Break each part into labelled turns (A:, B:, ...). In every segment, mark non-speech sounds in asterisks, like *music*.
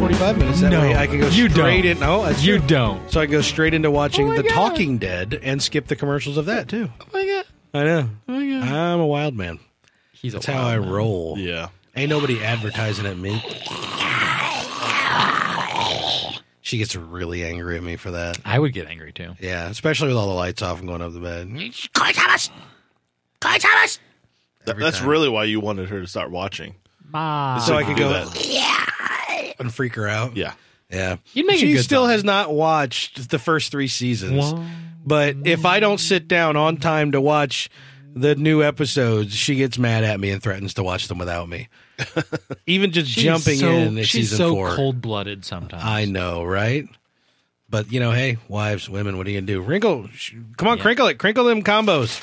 A: That
B: No,
A: way I can go
B: you
A: straight
B: don't.
A: in. No, that's
B: You
A: true.
B: don't.
A: So I go straight into watching
C: Oh my
A: The
C: God.
A: Talking Dead and skip the commercials of that too.
C: Oh my god. Oh
A: I know.
C: my God.
A: I'm a wild man.
C: He's
A: That's how I roll.
C: Yeah.
A: Ain't nobody advertising at me. She gets really angry at me for that.
C: I would get angry too.
A: Yeah, especially with all the lights off and going up the bed.
D: Th- that's
A: time.
D: really why you wanted her to start watching.
C: Ma.
A: So I could
D: do
A: go
D: that.
A: and freak her out.
D: Yeah.
A: Yeah.
C: You'd make a
A: she
C: good
A: still
C: zombie.
A: has not watched the first three seasons.
C: Whoa.
A: But if I don't sit down on time to watch the new episodes, she gets mad at me and threatens to watch them without
C: *laughs*
A: me. Even just
C: She's
A: jumping
C: so,
A: in at
C: she's
A: season
C: so
A: four.
C: cold blooded sometimes.
A: I know, right? But you know, hey, wives, women, what are you gonna do? Wrinkle, sh- come on,
C: Yeah.
A: crinkle it, crinkle them combos.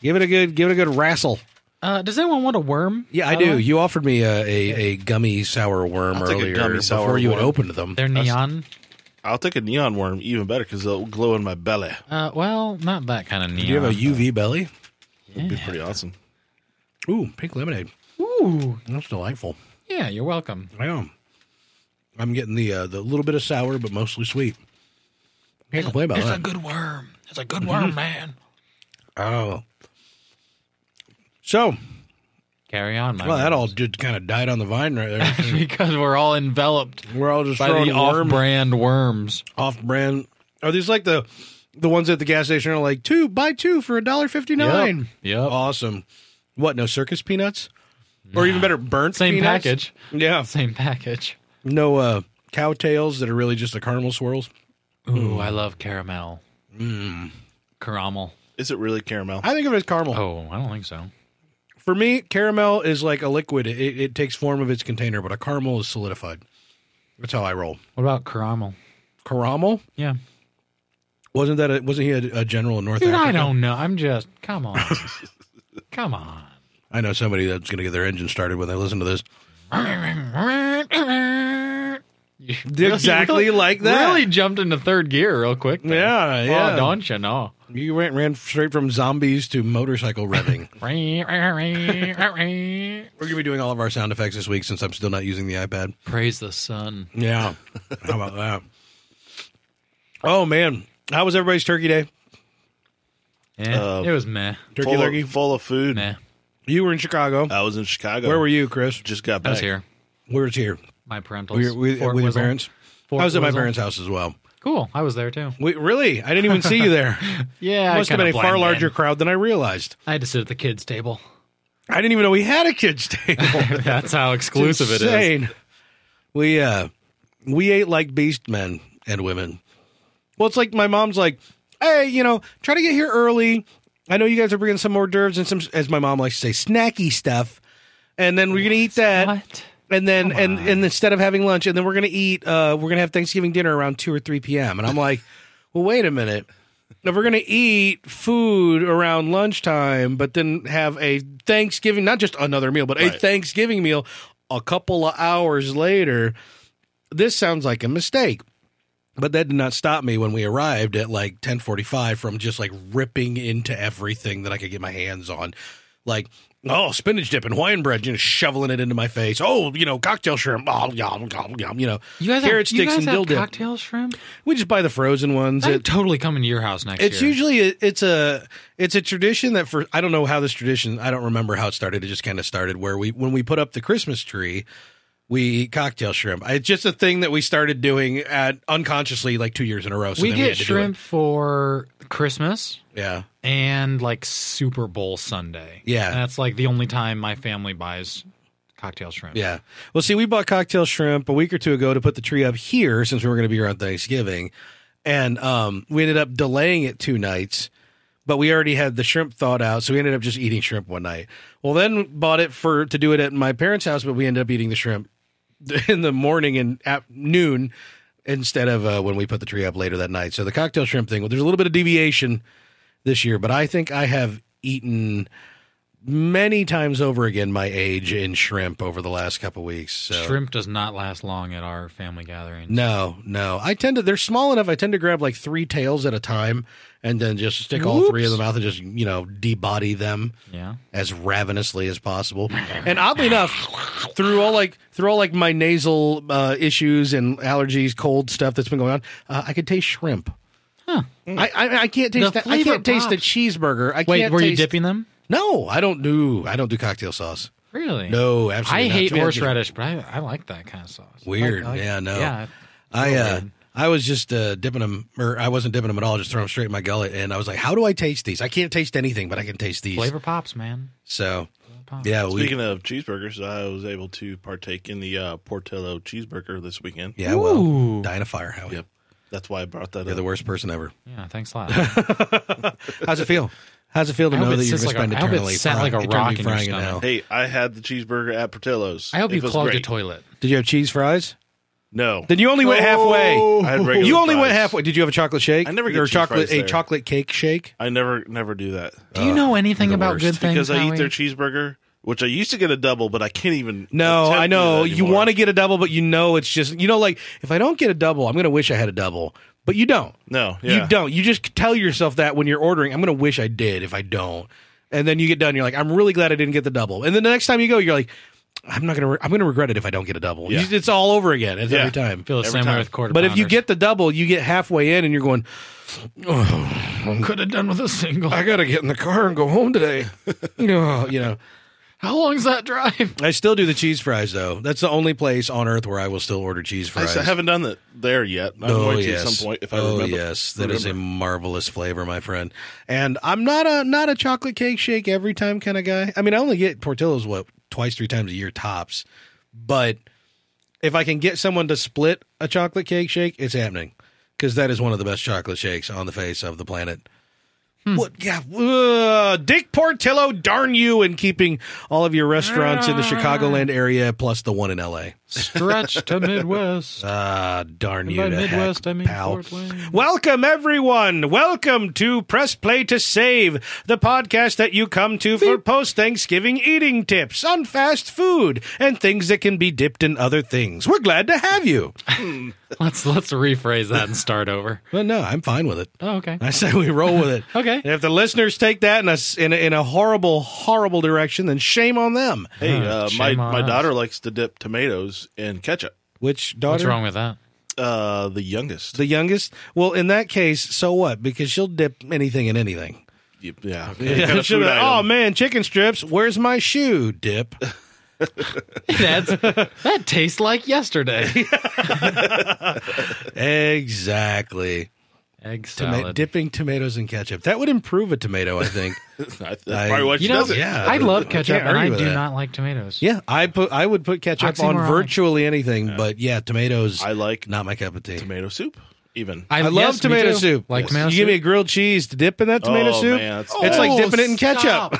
A: Give it a good, give it a good wrestle.
C: Uh, does anyone want a worm? Uh,
A: Yeah, I
C: by the
A: do.
C: way?
A: You offered me a, a, a gummy sour worm
D: I'll take a
A: earlier
D: gummy
A: before
D: sour
A: you had
D: worm.
A: opened them.
C: They're neon.
D: I'll take a neon worm even better because it'll glow in my belly.
C: Uh, well, not that kind of neon.
A: Do you have a UV belly?
D: It'd be pretty awesome.
A: Ooh, pink lemonade.
C: Ooh.
A: That's delightful.
C: Yeah, you're welcome.
A: I am. I'm getting the uh, the little bit of sour, but mostly sweet. Can't complain about that.
C: good worm. It's a good worm, man.
A: Oh. So,
C: Carry on, my
A: well, that
C: worm.
A: all just kind of died on the vine right there.
C: *laughs* because we're all enveloped
A: We're all just
C: by
A: throwing
C: the
A: worm
C: off-brand worms.
A: off brand. Are these like the the ones at the gas station are like two buy two for a dollar fifty nine?
C: Yep.
A: Awesome. What? No circus peanuts, or even better, burnt
C: Same
A: peanuts?
C: package.
A: Yeah.
C: Same package.
A: No uh, cow tails that are really just the caramel swirls.
C: Ooh, I love caramel. Mm. Caramel.
D: Is it really caramel?
A: I think of it as caramel.
C: Oh, I don't think so.
A: For me, caramel is like a liquid. It, it takes form of its container, but a caramel is solidified. That's how I roll.
C: What about caramel?
A: Caramel
C: Yeah.
A: wasn't that? A, wasn't he a, a general in North
C: Dude,
A: Africa?
C: I don't know. I'm just come
A: *laughs*
C: on, come on.
A: I know somebody that's going to get their engine started when they listen to this. Exactly
C: Really-
A: like that.
C: Really jumped into third gear real quick. there.
A: Yeah, yeah.
C: Oh, don't you know?
A: You went ran straight from zombies to motorcycle revving. We're gonna be doing all of our sound effects this week since I'm still not using the iPad.
C: Praise the sun.
A: Yeah. How about that? Oh man, how was everybody's turkey day?
C: Yeah,
D: Uh,
C: Eh, it was meh,
A: Turkey
D: full,
A: lurkey.
D: Of, full of food.
C: meh.
A: You were in Chicago.
D: I was in Chicago.
A: Where were you, Chris?
D: Uh, Just got
C: I
D: back.
C: was here.
A: We were here.
C: My parentals.
A: We were with,
C: Fort
A: with your
C: Whizzle.
A: parents.
C: Fort
A: I was at my
C: Whizzle.
A: parents' house as well.
C: Cool. I was there too.
A: We, really? I didn't even see you
C: *laughs*
A: there.
C: Yeah,
A: Must
C: I
A: have been a
C: kinda
A: far
C: blend
A: larger
C: in.
A: crowd than I realized.
C: I had to sit at the
A: *laughs*
C: kids' table.
A: I didn't even know we had a kids'
C: *laughs*
A: table.
C: That's how exclusive it is.
A: Insane. We uh, we ate like beast men and women. Well, it's like my mom's like, hey, you know, try to get here early. I know you guys are bringing some hors d'oeuvres and some, as my mom likes to say, snacky stuff. And then we're gonna eat that.
C: What?
A: and then
C: Come
A: and
C: on.
A: and instead of having lunch and then we're gonna eat uh we're gonna have thanksgiving dinner around 2 or 3 p.m and i'm like well wait a minute if we're gonna eat food around lunchtime but then have a thanksgiving not just another meal but a
D: Right.
A: thanksgiving meal a couple of hours later this sounds like a mistake but that did not stop me when we arrived at like 10:45 from just like ripping into everything that I could get my hands on. Like oh, spinach dip and Hawaiian bread, you know, shoveling it into my face. Oh, you know, cocktail shrimp. Oh, yum, yum, yum, you know.
C: You guys
A: carrot
C: have,
A: sticks
C: you guys
A: and
C: have
A: dill dip.
C: cocktail shrimp.
A: We just buy the frozen ones.
C: That'd
A: It-
C: totally coming to your house next
A: it's
C: year.
A: usually a, it's a it's a tradition that for I don't know how this tradition I don't remember how it started. It just kind of started where we when we put up the Christmas tree, we eat cocktail shrimp. It's just a thing that we started doing at unconsciously like two years in a row. So
C: we
A: then
C: get
A: had to do it.
C: shrimp for Christmas
A: Yeah.
C: and like Super Bowl Sunday.
A: Yeah.
C: And that's like the only time my family buys cocktail shrimp.
A: Yeah. Well, see, we bought cocktail shrimp a week or two ago to put the tree up here since we were going to be here on Thanksgiving. And um, we ended up delaying it two nights, but we already had the shrimp thawed out. So we ended up just eating shrimp one night. Well, then bought it for to do it at my parents' house, but we ended up eating the shrimp *laughs* in the morning and at noon instead of uh, when we put the tree up later that night. So the cocktail shrimp thing, well, there's a little bit of deviation this year, but I think I have eaten many times over again my age in shrimp over the last couple weeks. So.
C: Shrimp does not last long at our family gatherings.
A: No, no. I tend to they're small enough. I tend to grab like three tails at a time and then just stick all three in the mouth and just you know debody them
C: Yeah.
A: as ravenously as
C: *laughs*
A: possible. And oddly enough, through all like through all like my nasal uh, issues and allergies, cold stuff that's been going on, uh, I could taste shrimp.
C: Huh.
A: I, I I can't taste
C: Mm. The
A: that. I
C: flavor
A: can't taste the
C: pops.
A: cheeseburger. I
C: Wait,
A: can't
C: were you
A: taste-
C: dipping them?
A: No, I don't do I don't do cocktail sauce.
C: Really?
A: No, absolutely.
C: I
A: not.
C: hate
A: Man,
C: horseradish, but I, I like that kind of sauce.
A: Weird.
C: I like-
A: yeah, no.
C: Yeah.
A: I uh,
C: weird.
A: I was just uh, dipping them, or I wasn't dipping them at all. Just throwing them straight in my gullet, and I was like, "How do I taste these? I can't taste anything, but I can taste these."
C: Flavor pops, man.
A: So,
C: Flavor pops.
A: yeah, we,
D: Speaking of cheeseburgers, I was able to partake in the uh, Portillo cheeseburger this weekend.
A: yeah, well,
C: Ooh.
A: die in a fire, Howie.
D: Yep. That's why I brought that
A: You're
D: up.
A: the worst person ever.
C: Yeah, thanks
A: *laughs*
C: a lot. I
A: How's it feel? How's it feel to
C: I hope
A: know
C: it
A: that you're
C: sits
A: going to spend
C: like a- I hope it
A: eternally,
C: sat
A: frying,
C: like a
A: eternally
C: rock in your
A: frying it
C: stomach.
A: now?
D: Hey, I had the cheeseburger at Portillo's.
C: hope
D: It
C: you
D: was
C: clogged
D: great.
C: the toilet.
A: Did you have cheese fries?
D: No.
A: Then you only went
C: Oh.
A: halfway.
D: I had regular
A: You only went
D: fries.
A: halfway. Did you have a chocolate shake?
D: I never get
A: or
D: cheese
A: chocolate
D: fries
A: a
D: there.
A: chocolate cake shake.
D: I never, never do that
C: Do you know
A: Uh,
C: anything
A: the
C: about
A: worst.
C: good things?
D: because I eat
C: Howie?
D: their cheeseburger, which I used to get a double, but I can't even.
A: No,
D: attempt
A: I
D: to do
A: know
D: that
A: you
D: anymore.
A: want to get a double, but you know it's just you know like if I don't get a double, I'm going to wish I had a double, but you don't.
D: No,
A: You
D: yeah.
A: don't. You just tell yourself that when you're ordering, I'm going to wish I did if I don't. And then you get done, you're like, I'm really glad I didn't get the double. And then the next time you go, you're like, I'm not going to, re- I'm going to regret it if I don't get a double.
D: Yeah.
A: You- It's all over again. It's
D: Yeah.
A: every time.
C: feel the
D: every
C: same
D: time.
C: way with quarter.
A: But if you get the double, you get halfway in and you're going,
C: could have done with a single.
A: I got to get in the car and go home today. No, *laughs* you know,
C: How long's
A: *laughs*
C: that drive?
A: I still do the cheese fries though. That's the only place on earth where I will still order cheese
D: I
A: fries.
D: s- I haven't done that there yet. I'm going to at some point if I
A: oh,
D: remember.
A: yes, that is
D: remember.
A: a marvelous flavor, my friend. And I'm not a not a chocolate cake shake every time kind of guy. I mean, I only get Portillo's what twice, three times a year tops. But if I can get someone to split a chocolate cake shake, it's happening because that is one of the best chocolate shakes on the face of the planet.
C: Hmm.
A: What? Yeah, uh, Dick Portillo, darn you, in keeping all of your restaurants
C: Ah.
A: in the Chicagoland area plus the one in L.A.
C: Stretch to *laughs* Midwest.
A: Ah, darn
C: And
A: you,
C: by
A: to heck,
C: Midwest, I mean
A: pal.
C: Fort Wayne.
A: Welcome, everyone. Welcome to Press Play to Save, the podcast that you come to for post Thanksgiving eating tips on fast food and things that can be dipped in other things. We're glad to have you.
C: Let's let's rephrase that and start over.
A: Well, no, I'm fine with it.
C: *laughs* Oh, okay.
A: I say we roll with it.
C: Okay.
A: If the listeners take that in a, s- in a, in a horrible, horrible direction, then shame on them.
D: Hey,
C: Oh,
D: uh, my
C: shame on
D: my
C: us.
D: daughter likes to dip tomatoes in ketchup.
A: Which daughter?
C: What's wrong with that?
D: Uh, the youngest.
A: The youngest? Well, in that case, so what? Because she'll dip anything in anything.
D: Y- yeah. *laughs*
A: Yeah, *laughs*
D: Kind of
A: should've-
D: food item.
A: oh man, chicken strips. Where's my shoe? Dip.
C: *laughs*
A: *laughs*
C: That's that tastes like yesterday.
A: exactly.
C: Egg salad.
A: Toma- dipping tomatoes in ketchup. That would improve a tomato, I
D: *laughs*
A: think.
D: *laughs* That's
A: I-
D: probably why she
C: You know,
D: does it.
A: yeah.
C: I love
A: I
C: ketchup,
A: can't
C: and I
A: argue
C: do
A: with that.
C: not like tomatoes.
A: yeah, I put I would put ketchup on
C: Oxymoronic.
A: virtually anything, but yeah, tomatoes.
D: I like
A: not my cup of tea.
D: tomato soup, even.
A: I love
C: yes, me
A: tomato
C: too.
A: soup.
C: Like
A: Yes.
C: tomato
A: you
C: soup. Oh,
A: give me a grilled cheese to dip in that tomato
D: Oh,
A: soup.
D: man, it's
A: it's
D: bad.
A: like dipping it in ketchup.
C: stop.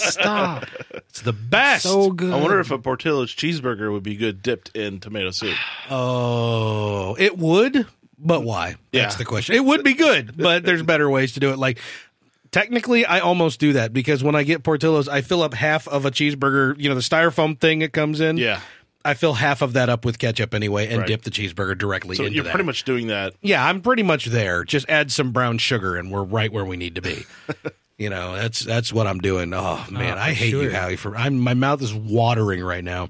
A: *laughs*
C: stop.
A: It's the best.
C: So good.
D: I wonder if a Portillo's cheeseburger would be good dipped in tomato soup.
A: Oh, it would, but why?
D: Yeah.
A: That's the question. It would be good, but there's better ways to do it. Like technically, I almost do that because when I get Portillo's, I fill up half of a cheeseburger. You know, the styrofoam thing that comes in.
D: Yeah.
A: I fill half of that up with ketchup anyway, and
D: Right.
A: dip the cheeseburger directly
D: So
A: into
D: you're
A: that.
D: pretty much doing that.
A: yeah, I'm pretty much there. Just add some brown sugar, and we're right where we need to
D: *laughs*
A: be. you know, that's that's what I'm doing. Oh man,
C: for
A: I hate you,
C: sure.
A: Howie. For I'm my mouth is watering right now.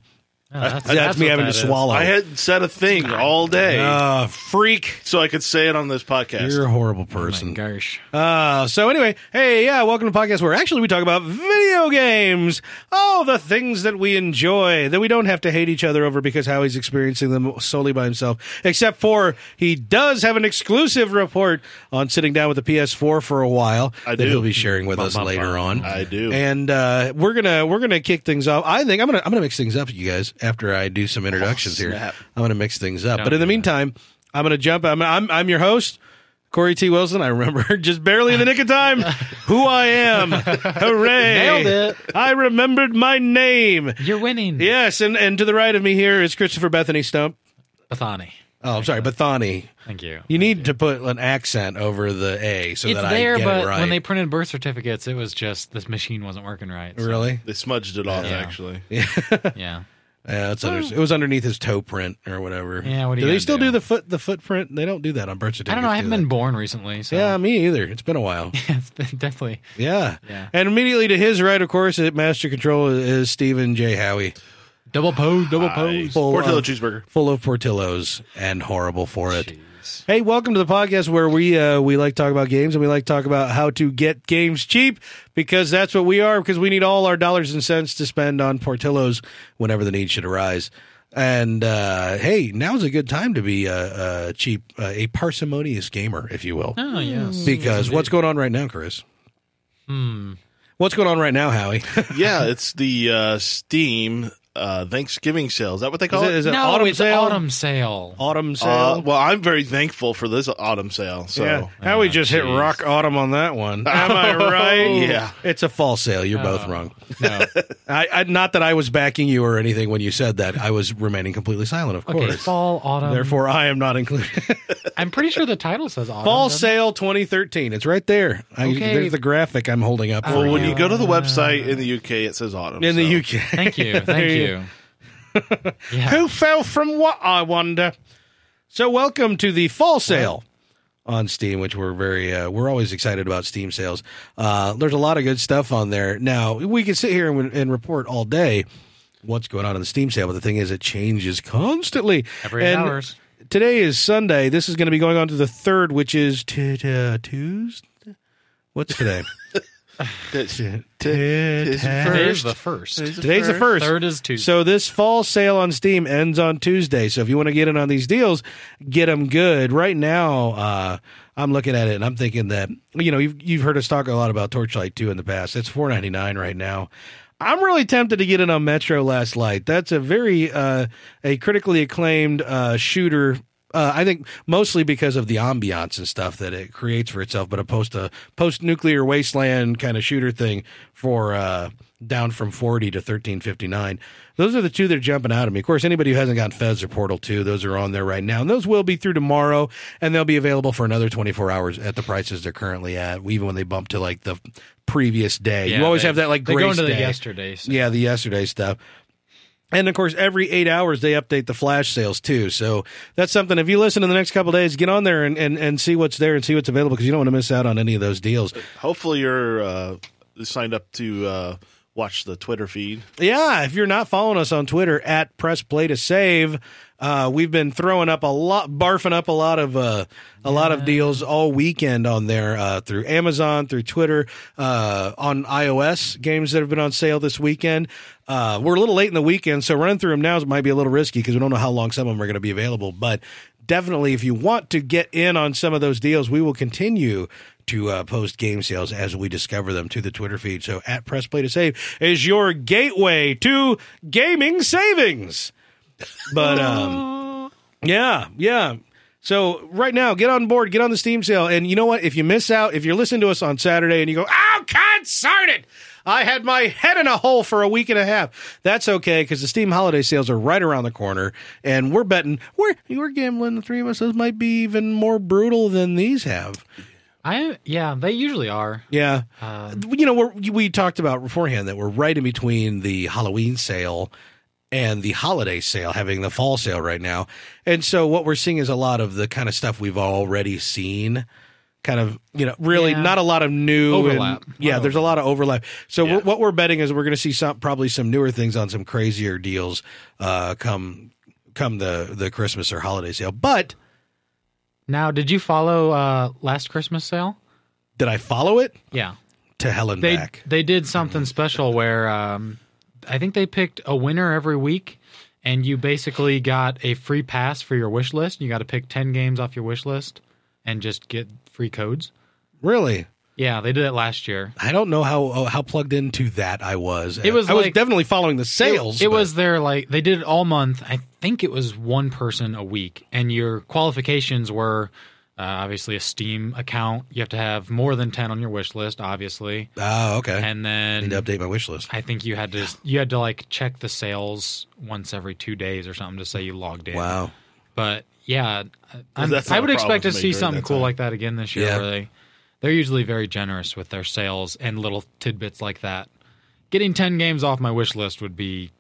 C: No, that's,
A: That's, me
C: what
A: having
C: that
A: to
C: is.
A: swallow.
D: I had said a thing all day
A: uh, freak.
D: so I could say it on this podcast.
A: You're a horrible
C: Oh my
A: person.
C: gosh.
A: Uh, so anyway, hey, yeah, welcome to podcast where actually we talk about video games. Oh, the things that we enjoy that we don't have to hate each other over because Howie's experiencing them solely by himself. Except for he does have an exclusive report on sitting down with the PS4 for a while
D: I
A: that
D: do.
A: he'll be sharing with us
C: bum,
A: later
C: bum.
A: on.
D: I do.
A: And uh, we're gonna we're gonna kick things off. I think I'm gonna I'm gonna mix things up, you guys. After I do some introductions here,
D: snap.
A: I'm gonna mix things up.
C: Don't
A: but in the
C: Oh, do that.
A: meantime, I'm gonna jump. I'm I'm, I'm your host. Corey T. Wilson, I remember *laughs* just barely in the nick of
C: *laughs*
A: time who I am. Hooray.
C: Nailed it.
A: I remembered my name.
C: *laughs* You're winning.
A: Yes, and, and to the right of me here is Christopher Bethany Stump.
C: Bethany.
A: Oh, I'm sorry, Bathani.
C: Thank you.
A: You
C: Thank
A: need to put an accent over the A so
C: it's
A: that
C: there,
A: I get
C: but
A: it right.
C: when they printed birth certificates, it was just this machine wasn't working right. so-
A: really,
D: They smudged it off,
C: Yeah.
D: actually.
A: yeah,
C: Yeah.
A: it's under, it was underneath his toe print or whatever.
C: Hmm. Yeah, what are
A: do
C: you
A: they
C: gonna
A: still do?
C: do?
A: the foot the footprint? They don't do that on birth certificates.
C: I don't know. I
A: do
C: haven't
A: they?
C: been born recently, so
A: Yeah, me either. It's been a while.
C: *laughs* it's been definitely.
A: Yeah.
C: Yeah.
A: And immediately to his right, of course, at master control is Stephen J. Howie,
C: Double pose, double
D: Nice.
C: pose.
A: Full
D: Portillo
A: of-
D: cheeseburger.
A: full of Portillos and horrible for it.
C: Jeez.
A: Hey, welcome to the podcast where we uh, we like to talk about games and we like to talk about how to get games cheap because that's what we are because we need all our dollars and cents to spend on Portillos whenever the need should arise. And uh, hey, now's a good time to be uh, uh, cheap, uh, a parsimonious gamer, if you will,
C: Oh yes.
A: because what's going on right now, Chris? What's going on right now, Howie?
D: yeah, it's the uh, Steam uh, Thanksgiving sale. Is that what they
A: Is
D: call
A: it,
D: it?
A: is it
C: no,
A: autumn
C: it's
A: sale?
C: autumn sale.
A: Autumn sale.
D: Uh, well, I'm very thankful for this autumn sale. So
A: yeah, Howie
C: Ah,
A: just hit
C: jeez.
A: rock autumn on that one. Am I right? Oh.
D: Yeah.
A: it's a fall sale. You're both wrong.
C: No.
A: *laughs* I, I not that I was backing you or anything when you said that. I was remaining completely silent, of
C: Okay,
A: course.
C: fall, autumn.
A: Therefore, I am not included.
C: I'm pretty sure the title says
A: *laughs*
C: autumn.
A: Fall
C: doesn't it?
A: sale 2013. It's right there. I,
C: Okay.
A: There's the graphic I'm holding up. for
D: well, when
A: you.
D: you go to the website in the UK, it says autumn.
A: in the
D: so-
A: UK, *laughs*
C: Thank you.
A: There
C: Thank
A: *laughs*
C: you. Yeah.
A: Who fell from what? I wonder. So, welcome to the fall sale on Steam, which we're very uh, we're always excited about Steam sales. Uh, there's a lot of good stuff on there. Now we can sit here and, and report all day what's going on in the Steam sale, but the thing is, it changes constantly.
C: Every
A: And
C: hours.
A: Today is Sunday. This is going to be going on to the third, which is t- t- Tuesday. What's today?
D: T-
A: *laughs* Today's
C: Today
A: the
C: is the first.
A: Today's the first.
C: Third is Tuesday.
A: So this fall sale on Steam ends on Tuesday. So if you want to get in on these deals, get them good. Right now, uh, I'm looking at it and I'm thinking that you know you've you've heard us talk a lot about Torchlight 2 in the past. It's 4.99 right now. I'm really tempted to get in on Metro Last Light. That's a very uh, a critically acclaimed uh, shooter. Uh, I think mostly because of the ambiance and stuff that it creates for itself, but a post a post nuclear wasteland kind of shooter thing for uh, down from 40 to 1359. Those are the two that are jumping out at me. Of course, anybody who hasn't got Fez or Portal 2, those are on there right now. And those will be through tomorrow, and they'll be available for another 24 hours at the prices they're currently at, even when they bump to like the previous day.
C: Yeah,
A: you always
C: they-
A: have that like
C: they
A: grace
C: go into
A: day.
C: the yesterday. So.
A: Yeah, the yesterday stuff. And of course, every eight hours they update the flash sales too. So that's something. If you listen in the next couple days, get on there and, and, and see what's there and see what's available because you don't want to miss out on any of those deals.
D: Hopefully, you're uh, signed up to uh, watch the Twitter feed.
A: Yeah, if you're not following us on Twitter at Press Play to Save, uh, we've been throwing up a lot, barfing up a lot of uh, a lot of deals all weekend on there uh, through Amazon, through Twitter, uh, on iOS games that have been on sale this weekend. Uh, we're a little late in the weekend, so running through them now might be a little risky because we don't know how long some of them are going to be available. But definitely, if you want to get in on some of those deals, we will continue to uh, post game sales as we discover them to the Twitter feed. So at Press Play to Save is your gateway to gaming savings. But um, yeah, yeah. So right now, get on board, get on the Steam sale, and you know what? If you miss out, if you're listening to us on Saturday and you go, "Oh, concern it! I had my head in a hole for a week and a half." That's okay because the Steam holiday sales are right around the corner, and we're betting we're we're gambling. The three of us, those might be even more brutal than these have.
C: I yeah, they usually are.
A: Yeah.
C: Um,
A: you know, we're, we talked about beforehand that we're right in between the Halloween sale and the holiday sale, having the fall sale right now. And so what we're seeing is a lot of the kind of stuff we've already seen. Kind of, you know, really
C: Yeah.
A: not a lot of new and-
C: Overlap.
A: yeah,
C: Not
A: there's a lot of overlap. So
D: Yeah.
A: we're, what we're betting is we're going to see some probably some newer things on some crazier deals uh, come come the the Christmas or holiday sale. But
C: Now, did you follow uh last Christmas sale?
A: did I follow it
C: Yeah.
A: to hell and
C: They
A: back? Mm-hmm.
C: they did something special where um I think they picked a winner every week and you basically got a free pass for your wish list. You got to pick 10 games off your wish list and just get free codes.
A: Really?
C: Yeah, they did it last year.
A: I don't know how oh, how plugged into that I was.
C: It was
A: I was
C: like-
A: definitely following the
C: It-
A: sales.
C: It,
A: but-
C: was their like they did it all month. I think it was one person a week, and your qualifications were uh, obviously a Steam account. You have to have more than ten on your wish list, obviously,
A: oh okay.
C: and
A: I need to
C: then
A: update my wish list.
C: I think you had to you had to like check the sales once every two days or something to say you logged in.
A: Wow.
C: But yeah, i
D: that's not
C: I
D: a
C: would expect
D: problem
C: to
D: for me
C: see
D: during
C: something
D: that
C: cool
D: time.
C: like that again this year.
A: Yeah.
C: Where they they're usually very generous with their sales and little tidbits like that. Getting ten games off my wish list would be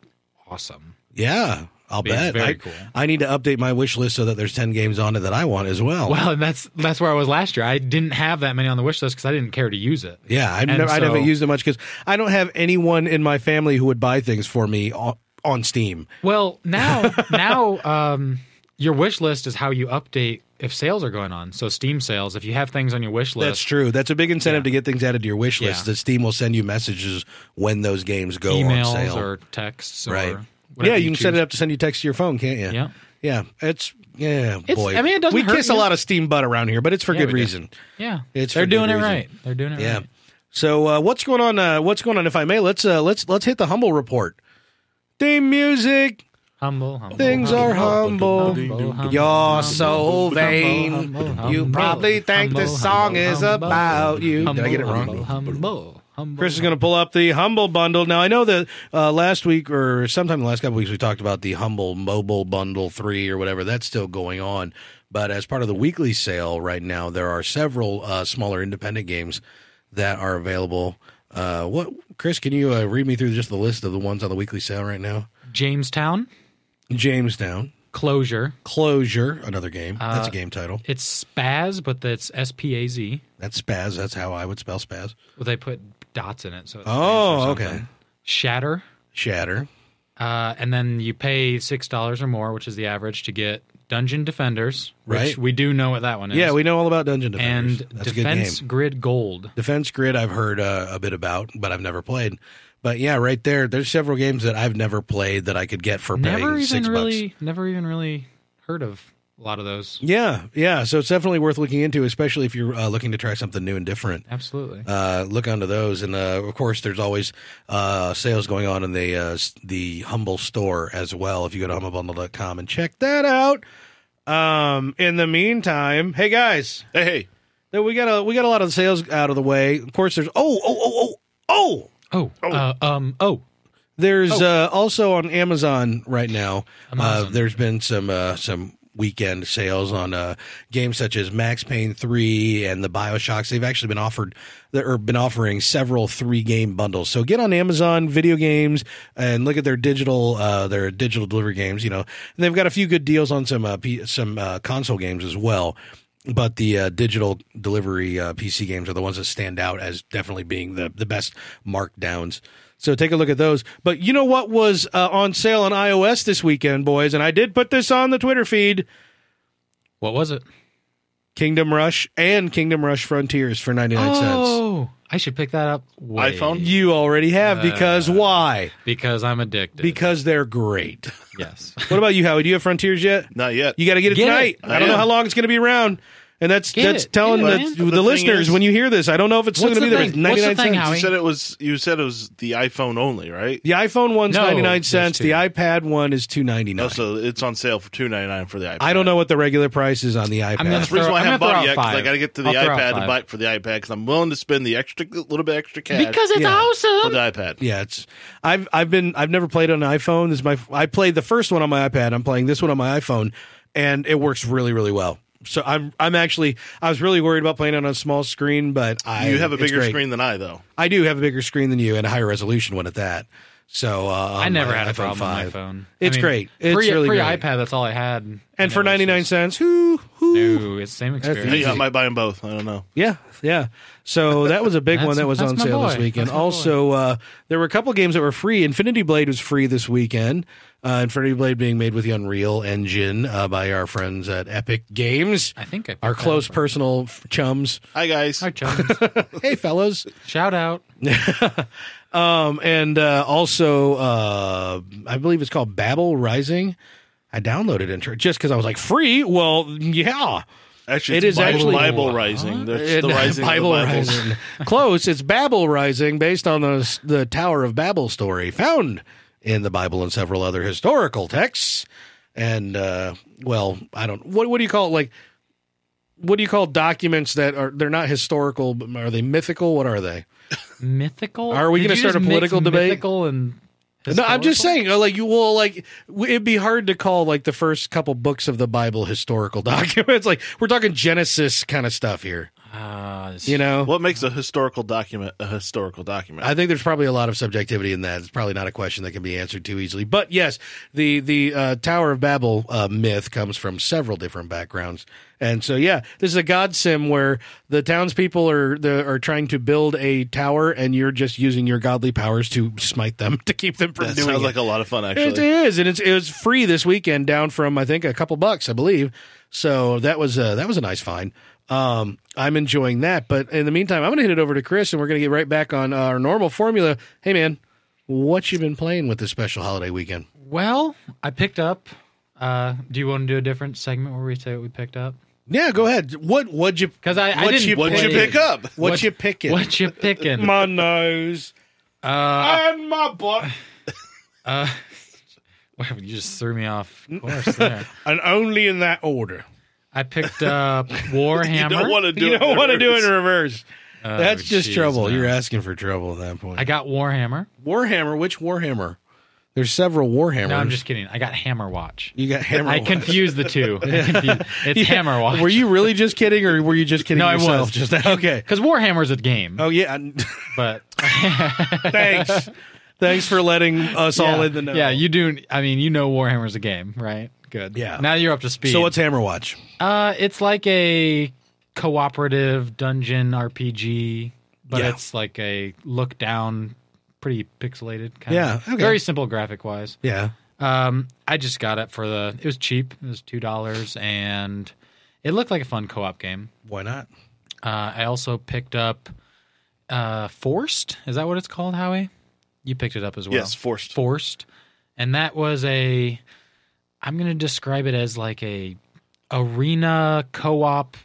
C: awesome.
A: Yeah, I'll
C: Be
A: bet.
C: very
A: I,
C: cool.
A: I need to update my wish list so that there's 10 games on it that I want as well.
C: Well, and that's that's where I was last year. I didn't have that many on the wish list because I didn't care to use it.
A: yeah, I've
C: and
A: never, I
C: so-
A: haven't used it much because I don't have anyone in my family who would buy things for me on, on Steam.
C: Well,
A: *laughs*
C: now now um, your wish list is how you update if sales are going on. So Steam sales, if you have things on your wish list,
A: That's true. That's a big incentive to get things added to your wish list.
C: Yeah.
A: That Steam will send you messages when those games go on
C: emails
A: sale.
C: or texts, or
A: right.
C: whatever
A: Yeah, you, can set
C: choose.
A: it up to send you text to your phone, can't you?
C: Yeah.
A: Yeah. It's yeah,
C: It's-
A: boy.
C: I mean, it doesn't
A: we
C: hurt
A: kiss a
C: you.
A: lot of Steam butt around here, but it's for
C: Yeah,
A: good
C: we do.
A: reason.
C: Yeah,
A: It's
C: they're
A: for good
C: doing it
A: reason.
C: right. They're doing it
A: Yeah.
C: right.
A: So uh, what's going on? Uh, what's going on? If I may, let's uh, let's let's hit the humble report. Theme music.
C: Humble, humble.
A: Things
C: humble,
A: are humble.
C: humble, humble,
A: You're
C: humble,
A: so
D: humble,
A: vain.
C: humble, humble,
A: You probably think
C: humble,
A: this song
C: humble,
A: is
C: humble,
A: about you. Did I get it
C: humble,
A: wrong?
C: Humble, humble, humble.
A: Chris is going to pull up the Humble Bundle. Now, I know that uh, last week or sometime the last couple weeks we talked about the Humble Mobile Bundle 3 or whatever. That's still going on. But as part of the weekly sale right now, there are several uh, smaller independent games that are available. Uh, what, Chris, can you uh, read me through just the list of the ones on the weekly sale right now?
C: Jamestown
A: Jamestown,
C: closure.
A: Closure, another game. that's a
C: Uh,
A: game title.
C: It's spaz, but that's S P A Z.
A: That's Spaz. That's how I would spell Spaz.
C: Well, they put dots in it, so it's
A: Oh,
C: spaz or something.
A: okay.
C: Shatter,
A: Shatter.
C: uh, and then you pay six dollars or more, which is the average, to get Dungeon Defenders. Which
A: Right.
C: We do know what that one is.
A: Yeah, we know all about Dungeon
C: and
A: Defenders. that's a good game.
C: Defense Grid Gold.
A: Defense Grid, I've heard uh, a bit about, but I've never played. But yeah, right there, there's several games that I've never played that I could get for
C: Never
A: paying
C: even
A: six
C: really,
A: bucks.
C: never even really heard of a lot of those.
A: Yeah, yeah. So it's definitely worth looking into, especially if you're uh, looking to try something new and different.
C: Absolutely.
A: Uh, look onto those, and uh, of course, there's always uh, sales going on in the uh, s- the humble store as well. If you go to humblebundle.com and check that out. Um, in the meantime, hey guys,
D: Hey, hey,
A: there- we got a we got a lot of sales out of the way. Of course, there's oh oh oh oh oh
C: Oh, uh, um, oh,
A: There's uh, also on Amazon right now. Uh,
C: Amazon.
A: there's been some uh, some weekend sales on uh, games such as Max Payne three and the Bioshocks. They've actually been offered or been offering several three game bundles. So get on Amazon video games and look at their digital uh, their digital delivery games. You know, and they've got a few good deals on some uh, P- some uh, console games as well. But the uh, digital delivery uh, PC games are the ones that stand out as definitely being the, the best markdowns. So take a look at those. But you know what was uh, on sale on iOS this weekend, boys? And I did put this on the Twitter feed
C: what was it?
A: Kingdom Rush and Kingdom Rush Frontiers for 99 cents.
C: Oh, I should pick that up. Way,
D: iPhone?
A: You already have because why?
C: because I'm addicted.
A: Because they're great. *laughs*
C: yes,
A: What about you, Howie? Do you have Frontiers yet?
D: not yet.
A: You got to get it
C: Get
A: tonight.
C: it.
A: I don't know
D: Yeah.
A: how long it's going to be around. And that's
C: Get
A: that's
C: it.
A: telling
C: Get it,
A: the,
C: man.
A: the,
D: The thing
A: listeners
D: is-
A: when you hear this. I don't know if it's still
C: What's
A: going to be there.
C: the
A: It's
C: thing? What's the
A: 99
C: thing,
A: cents.
C: Howie?
D: you said it was. You said it was the iPhone only, right?
A: The iPhone one's
C: No,
A: 99 cents.
C: there's
A: The
C: two.
A: iPad one is 299.
D: No, Oh, so it's on sale for two ninety nine for the iPad.
A: I don't know what the regular price is on the iPad.
C: gonna
D: That's the reason why I
C: I'm
D: haven't
C: gonna
D: bought
C: throw
D: it yet
C: out
D: 'cause I
C: five.
D: got to get to the
C: I'll throw out
D: iPad
C: five.
D: and buy it for the iPad because I'm willing to spend the extra little bit extra cash
C: because it's
A: Yeah.
D: for
C: awesome.
D: the iPad.
A: Yeah, it's I've I've been I've never played on an iPhone. This is my I played the first one on my iPad. I'm playing this one on my iPhone, and it works really really well. So I'm I'm actually I was really worried about playing it on a small screen, but I
D: You have a
A: it's
D: bigger
A: great.
D: screen than I though.
A: I do have a bigger screen than you and a higher resolution one at that. So uh,
C: I
A: on
C: never
A: my
C: had a
A: iPhone
C: problem
A: 5.
C: with my phone.
A: It's
C: I mean,
A: great. It's
C: free,
A: really
C: free
A: great.
C: iPad. That's all I had. And,
A: And for
C: it was
A: 99
C: just-
A: cents, whoo whoo.
C: no, it's the same
A: the
C: experience.
A: easy.
D: Yeah, I might buy them both. I don't know.
A: Yeah, yeah. So that was a big
C: That's-
A: one that was
C: that's
A: on
C: my
A: sale this
C: boy.
A: weekend.
C: That's my
A: Also, uh, there were a couple games that were free. Infinity Blade was free this weekend. Uh, Infinity Blade being made with the Unreal Engine uh, by our friends at Epic Games,
C: I think I picked
A: our
C: that
A: close
C: up.
A: personal f-
C: *laughs*
A: chums.
D: Hi guys.
C: Hi, chums.
A: hey, fellas.
C: *laughs* Shout out.
A: Um, and uh, also, uh, I believe it's called Babel Rising. I downloaded it just because I was like, free? Well, yeah.
D: Actually,
A: It is
D: it's Bible,
A: actually-
D: Bible Rising. That's
A: *laughs* Uh,
D: the rising.
A: Bible
D: of the Bibles.
A: Rising. Close. It's Babel Rising, based on the the Tower of Babel story found in the Bible and several other historical texts. And uh, well, I don't. What what do you call it? Like, what do you call documents that are they're not historical? But are they mythical? What are they?
C: Mythical.
A: Are we
C: Did
A: gonna
C: you
A: start
C: just
A: a political
C: mix
A: debate?
C: Mythical and
A: No, I'm just
C: historical?
A: saying, uh, like you will, like w- it'd be hard to call like the first couple books of the Bible historical *laughs* documents. Like we're talking Genesis kind of stuff here,
C: Ah, it's-
A: you know.
D: What makes a historical document a historical document?
A: I think there's probably a lot of subjectivity in that. It's probably not a question that can be answered too easily. But yes, the the uh, Tower of Babel uh, myth comes from several different backgrounds, and so yeah, this is a god sim where the townspeople are the, are trying to build a tower, and you're just using your godly powers to smite them *laughs* to keep them from
D: that
A: doing
D: sounds
A: it.
D: like a lot of fun,
A: It
D: actually.
A: is, and it's it was free this weekend, down from I think a couple bucks, I believe. So that was uh, that was a nice find. Um, I'm enjoying that, but in the meantime, I'm going to hit it over to Chris, and we're going to get right back on our normal formula. Hey, man, what you been playing with this special holiday weekend?
C: Well, I picked up. Uh, do you want to do a different segment where we say what we picked up?
A: Yeah, go ahead. What what'd you
C: Because I, I
A: What
C: didn't.
A: you-
D: What'd you
C: play-
D: pick up?
A: what,
C: What-
A: you picking?
C: What you
A: *laughs*
C: picking?
A: my nose
C: uh,
A: and my butt,
C: uh, wow, you just threw
A: *laughs*
C: me off course there.
A: and only in that order.
C: I picked
A: *laughs*
C: up Warhammer.
D: You don't want to do
A: you
D: it.
A: don't want to do it in
D: reverse.
A: reverse.
C: Oh,
A: That's just
C: jeez,
A: trouble.
C: no.
A: You're asking for trouble at that point.
C: I got Warhammer.
A: Warhammer. Which Warhammer? There's several Warhammers.
C: No, I'm just kidding. I got Hammer Watch.
A: you got Hammer.
C: I
A: Watch.
C: confused the two. I confused- It's
A: Oh. *laughs* Yeah.
C: Hammer Watch.
A: Were you really just kidding, or were you just kidding
C: No, I
A: yourself?
C: was.
A: Just *laughs* now? okay.
C: Because Warhammer's a game,
A: Oh yeah. *laughs* I-
C: but
A: Thanks. Thanks for letting us all
C: yeah,
A: in the know.
C: Yeah, you do. I mean, you know Warhammer's a game, right? Good.
A: Yeah.
C: Now you're up to speed.
A: So what's Hammer Watch?
C: Uh, it's like a cooperative dungeon RPG, but
A: Yeah.
C: it's like a look down, pretty pixelated kind
A: Yeah,
C: of.
A: okay.
C: Very simple graphic wise.
A: Yeah.
C: Um, I just got it for the. It was cheap. It was two dollars, and it looked like a fun co-op game.
A: Why not?
C: Uh, I also picked up uh, Forced. Is that what it's called, Howie? You picked it up as well.
D: *laughs* Yes, forced.
C: Forced, and that was a. I'm going to describe it as like a arena co-op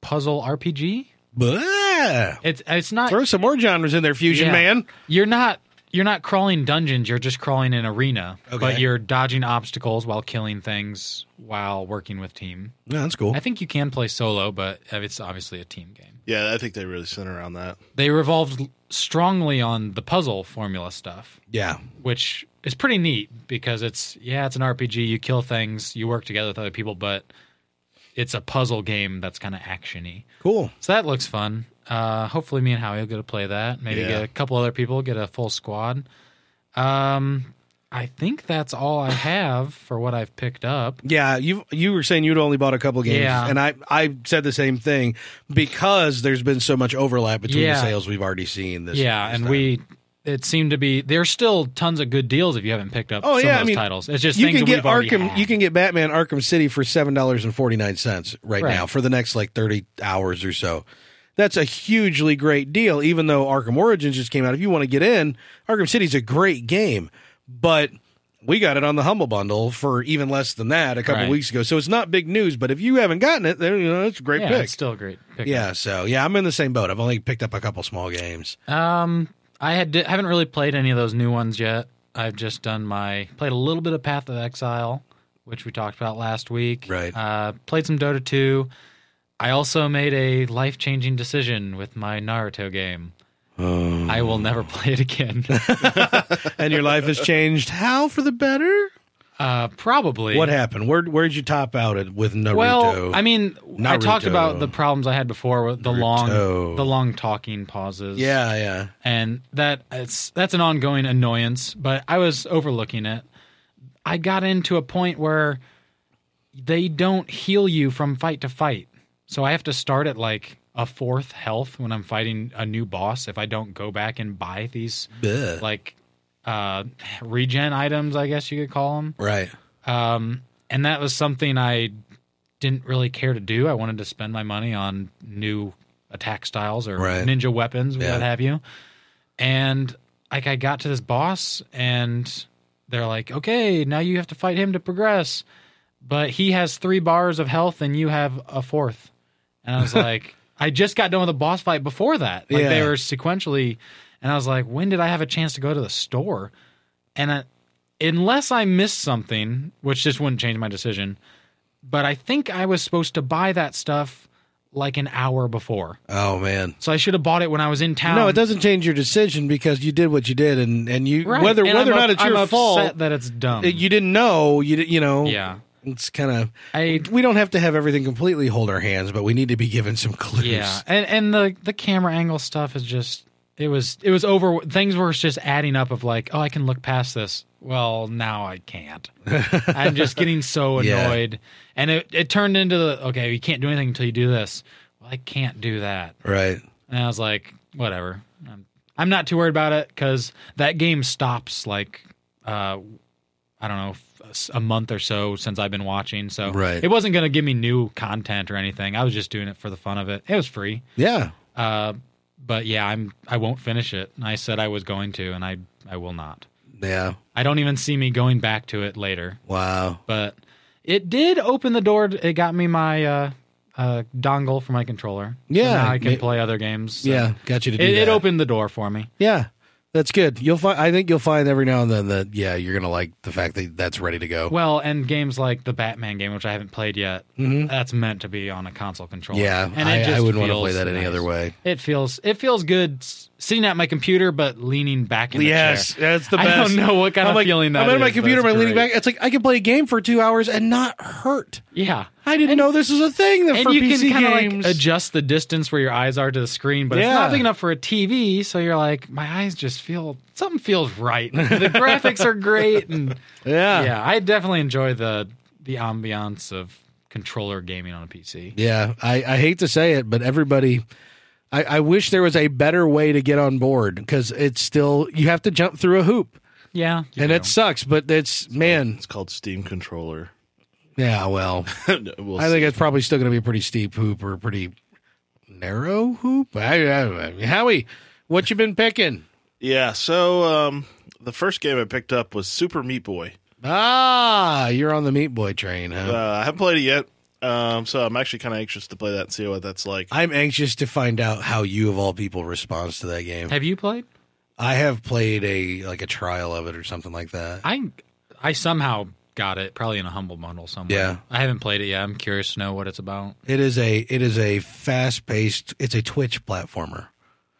C: puzzle RPG.
A: Blah.
C: It's it's not
A: Throw some more genres in there, Fusion
C: Yeah.
A: Man.
C: you're not you're not crawling dungeons. You're just crawling an arena,
A: Okay.
C: but you're dodging obstacles while killing things while working with team.
A: No, that's cool.
C: I think you can play solo, but it's obviously a team game.
D: Yeah, I think they really center around that.
C: They revolved l- strongly on the puzzle formula stuff.
A: Yeah.
C: which is pretty neat because it's yeah, it's an RPG. You kill things, you work together with other people, but it's a puzzle game that's kind of actiony.
A: Cool.
C: So that looks fun. Uh, hopefully, me and Howie will get to play that. Maybe
D: Yeah.
C: get a couple other people, get a full squad. Um, I think that's all I have for what I've picked up.
A: Yeah, you you were saying you'd only bought a couple games,
C: Yeah.
A: and I I said the same thing because there's been so much overlap between the
C: Yeah.
A: sales we've already seen. This
C: yeah,
A: this
C: and
A: time.
C: we. It seemed to be there's still tons of good deals if you haven't picked up
A: Oh,
C: some
A: yeah, I
C: of those
A: mean,
C: titles. It's just
A: you
C: things
A: can
C: that
A: get
C: we've already
A: Arkham.
C: had.
A: You can get Batman Arkham City for seven dollars and forty nine cents right,
C: Right.
A: now for the next like thirty hours or so. That's a hugely great deal. Even though Arkham Origins just came out, if you want to get in, Arkham City's a great game, but we got it on the Humble Bundle for even less than that a couple
C: Right.
A: weeks ago. So it's not big news. But if you haven't gotten it, then you know it's a great
C: yeah,
A: pick.
C: it's still a great. Pick
A: yeah. So yeah, I'm in the same boat. I've only picked up a couple small games.
C: Um, I had haven't really played any of those new ones yet. I've just done my played a little bit of Path of Exile, which we talked about last week.
A: Right.
C: Uh, played some Dota two. I also made a life changing decision with my Naruto game. I will
A: Oh.
C: never play
A: *laughs*
C: it again.
A: and your life has changed. How for the
C: *laughs*
A: better?
C: uh, probably.
A: What happened? Where where'd you top out at with Naruto?
C: Well, I mean, I talked
A: Naruto.
C: about the problems I had before with the
A: Naruto.
C: long, the long talking pauses.
A: Yeah, yeah.
C: and that it's that's an ongoing annoyance but i was overlooking it i got into a point where they don't heal you from fight to fight so i have to start at like a fourth health when i'm fighting a new boss if i don't go back and buy these
A: Bleh.
C: like uh regen items i guess you could call them
A: Right.
C: um, and that was something I didn't really care to do. I wanted to spend my money on new attack styles or
A: Right.
C: ninja weapons,
A: Yeah.
C: what have you. And like I got to this boss, and they're like, "Okay, now you have to fight him to progress." But he has three bars of health, and you have a fourth. And I
A: *laughs*
C: was like, I just got done with a boss fight before that. Like they
A: Yeah.
C: were sequentially, and I was like, when did I have a chance to go to the store? And I, unless I missed something, which just wouldn't change my decision, but I think I was supposed to buy that stuff like an hour before.
A: Oh man.
C: So I should have bought it when I was in town.
A: no, it doesn't change your decision because you did what you did, and and you
C: Right.
A: whether
C: And
A: whether
C: I'm
A: or not
C: up-
A: it's your
C: I'm upset
A: fault,
C: that it's dumb.
A: it- you didn't know. You di- you know.
C: yeah.
A: It's kind of
C: I
A: we don't have to have everything completely hold our hands, but we need to be given some clues.
C: yeah, and and the the camera angle stuff is just it was it was over. Things were just adding up of like, oh, I can look past this. Well, now
A: *laughs*
C: I can't. I'm just getting so
A: Yeah.
C: annoyed, and it it turned into the okay, you can't do anything until you do this. Well, I can't do that,
A: Right.
C: and I was like, whatever. I'm, I'm not too worried about it because that game stops like uh, I don't know. f- a s- A month or so since I've been watching, so
A: Right.
C: it wasn't going to give me new content or anything. I was just doing it for the fun of it. It was free,
A: Yeah.
C: uh, but yeah, I'm I won't finish it. And I said I was going to, and I I will not.
A: Yeah.
C: I don't even see me going back to it later.
A: Wow.
C: But it did open the door. to- It got me my uh, uh, dongle for my controller. So
A: Yeah,
C: now I can
A: ma-
C: play other games. So
A: Yeah. Got you to do
C: it,
A: that.
C: it opened the door for me.
A: Yeah. That's good. You'll find. I think you'll find every now and then that yeah, you're gonna like the fact that that's ready to go.
C: Well, and games like the Batman game, which I haven't played yet,
A: Mhm.
C: that's meant to be on a console controller.
A: yeah.
C: and it
A: I, I
C: just
A: wouldn't want to
C: feels
A: play that any
C: nice.
A: other way.
C: It feels it feels good s- sitting at my computer, but leaning back in the chair.
A: Yes, that's the
C: I
A: best.
C: don't know what kind
A: I'm
C: of
A: like,
C: feeling that
A: I'm at my
C: is, but
A: computer,
C: it's
A: I'm leaning
C: great.
A: back. It's like I can play a game for two hours and not hurt.
C: Yeah.
A: I didn't
C: And-
A: know this was a thing *laughs* that
C: And
A: for
C: you
A: PC
C: can kind
A: games.
C: of like adjust the distance where your eyes are to the screen, but it's
A: Yeah.
C: not big enough for a TV. So you're like, my eyes just feel something feels right. *laughs* The graphics are great, and
A: *laughs* yeah. yeah,
C: yeah, I definitely enjoy the the ambiance of controller gaming on a PC.
A: I, I hate to say it, but everybody, I, I wish there was a better way to get on board because it's still you have to jump through a hoop,
C: Yeah, you
A: and
C: know.
A: it sucks. But it's man,
D: It's called Steam Controller. *laughs*
A: yeah. Well,
D: we'll
A: I
D: see.
A: think it's probably still going to be a pretty steep hoop or a pretty narrow hoop. I, I, I- Howie, what you been picking?
D: Yeah, so um, the first game I picked up was Super Meat Boy.
A: Ah, you're on the Meat Boy train, huh?
D: Uh, I haven't played it yet, um, so I'm actually kind of anxious to play that and see what that's like.
A: I'm anxious to find out how you of all people responds to that game.
C: Have you played?
A: I have played a like a trial of it or something like that.
C: I I somehow got it, probably in a humble bundle somewhere.
A: Yeah.
C: I haven't played it yet. I'm curious to know what it's about.
A: It is a it is a fast paced. It's a Twitch platformer.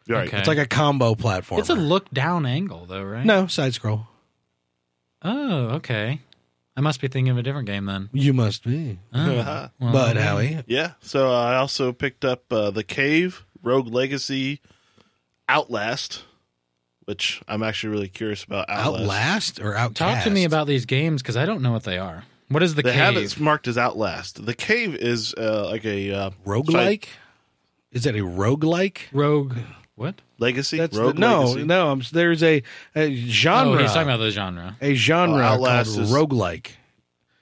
D: All right.
C: okay.
A: It's like a combo platform.
C: It's a look down angle, though, right?
A: no side scroll.
C: Oh, okay. I must be thinking of a different game then.
A: You must be,
C: Oh, well,
A: *laughs* but
C: okay.
A: Howie,
D: Yeah, so I also picked up uh, The Cave, Rogue Legacy, Outlast, which I'm actually really curious about. Outlast.
A: Outlast or Outcast?
C: Talk to me about these games because I don't know what they are. What is the
D: They have
C: cave?
D: it marked as Outlast. The Cave is uh, like a uh,
A: roguelike. Is that a roguelike?
C: Rogue. What?
D: legacy.
A: That's the,
D: Rogue
A: no,
D: Legacy.
A: no. I'm, there's a, a genre.
C: Oh, he's talking about the genre.
A: a genre
D: Oh,
A: called
D: Outlast is-
A: roguelike.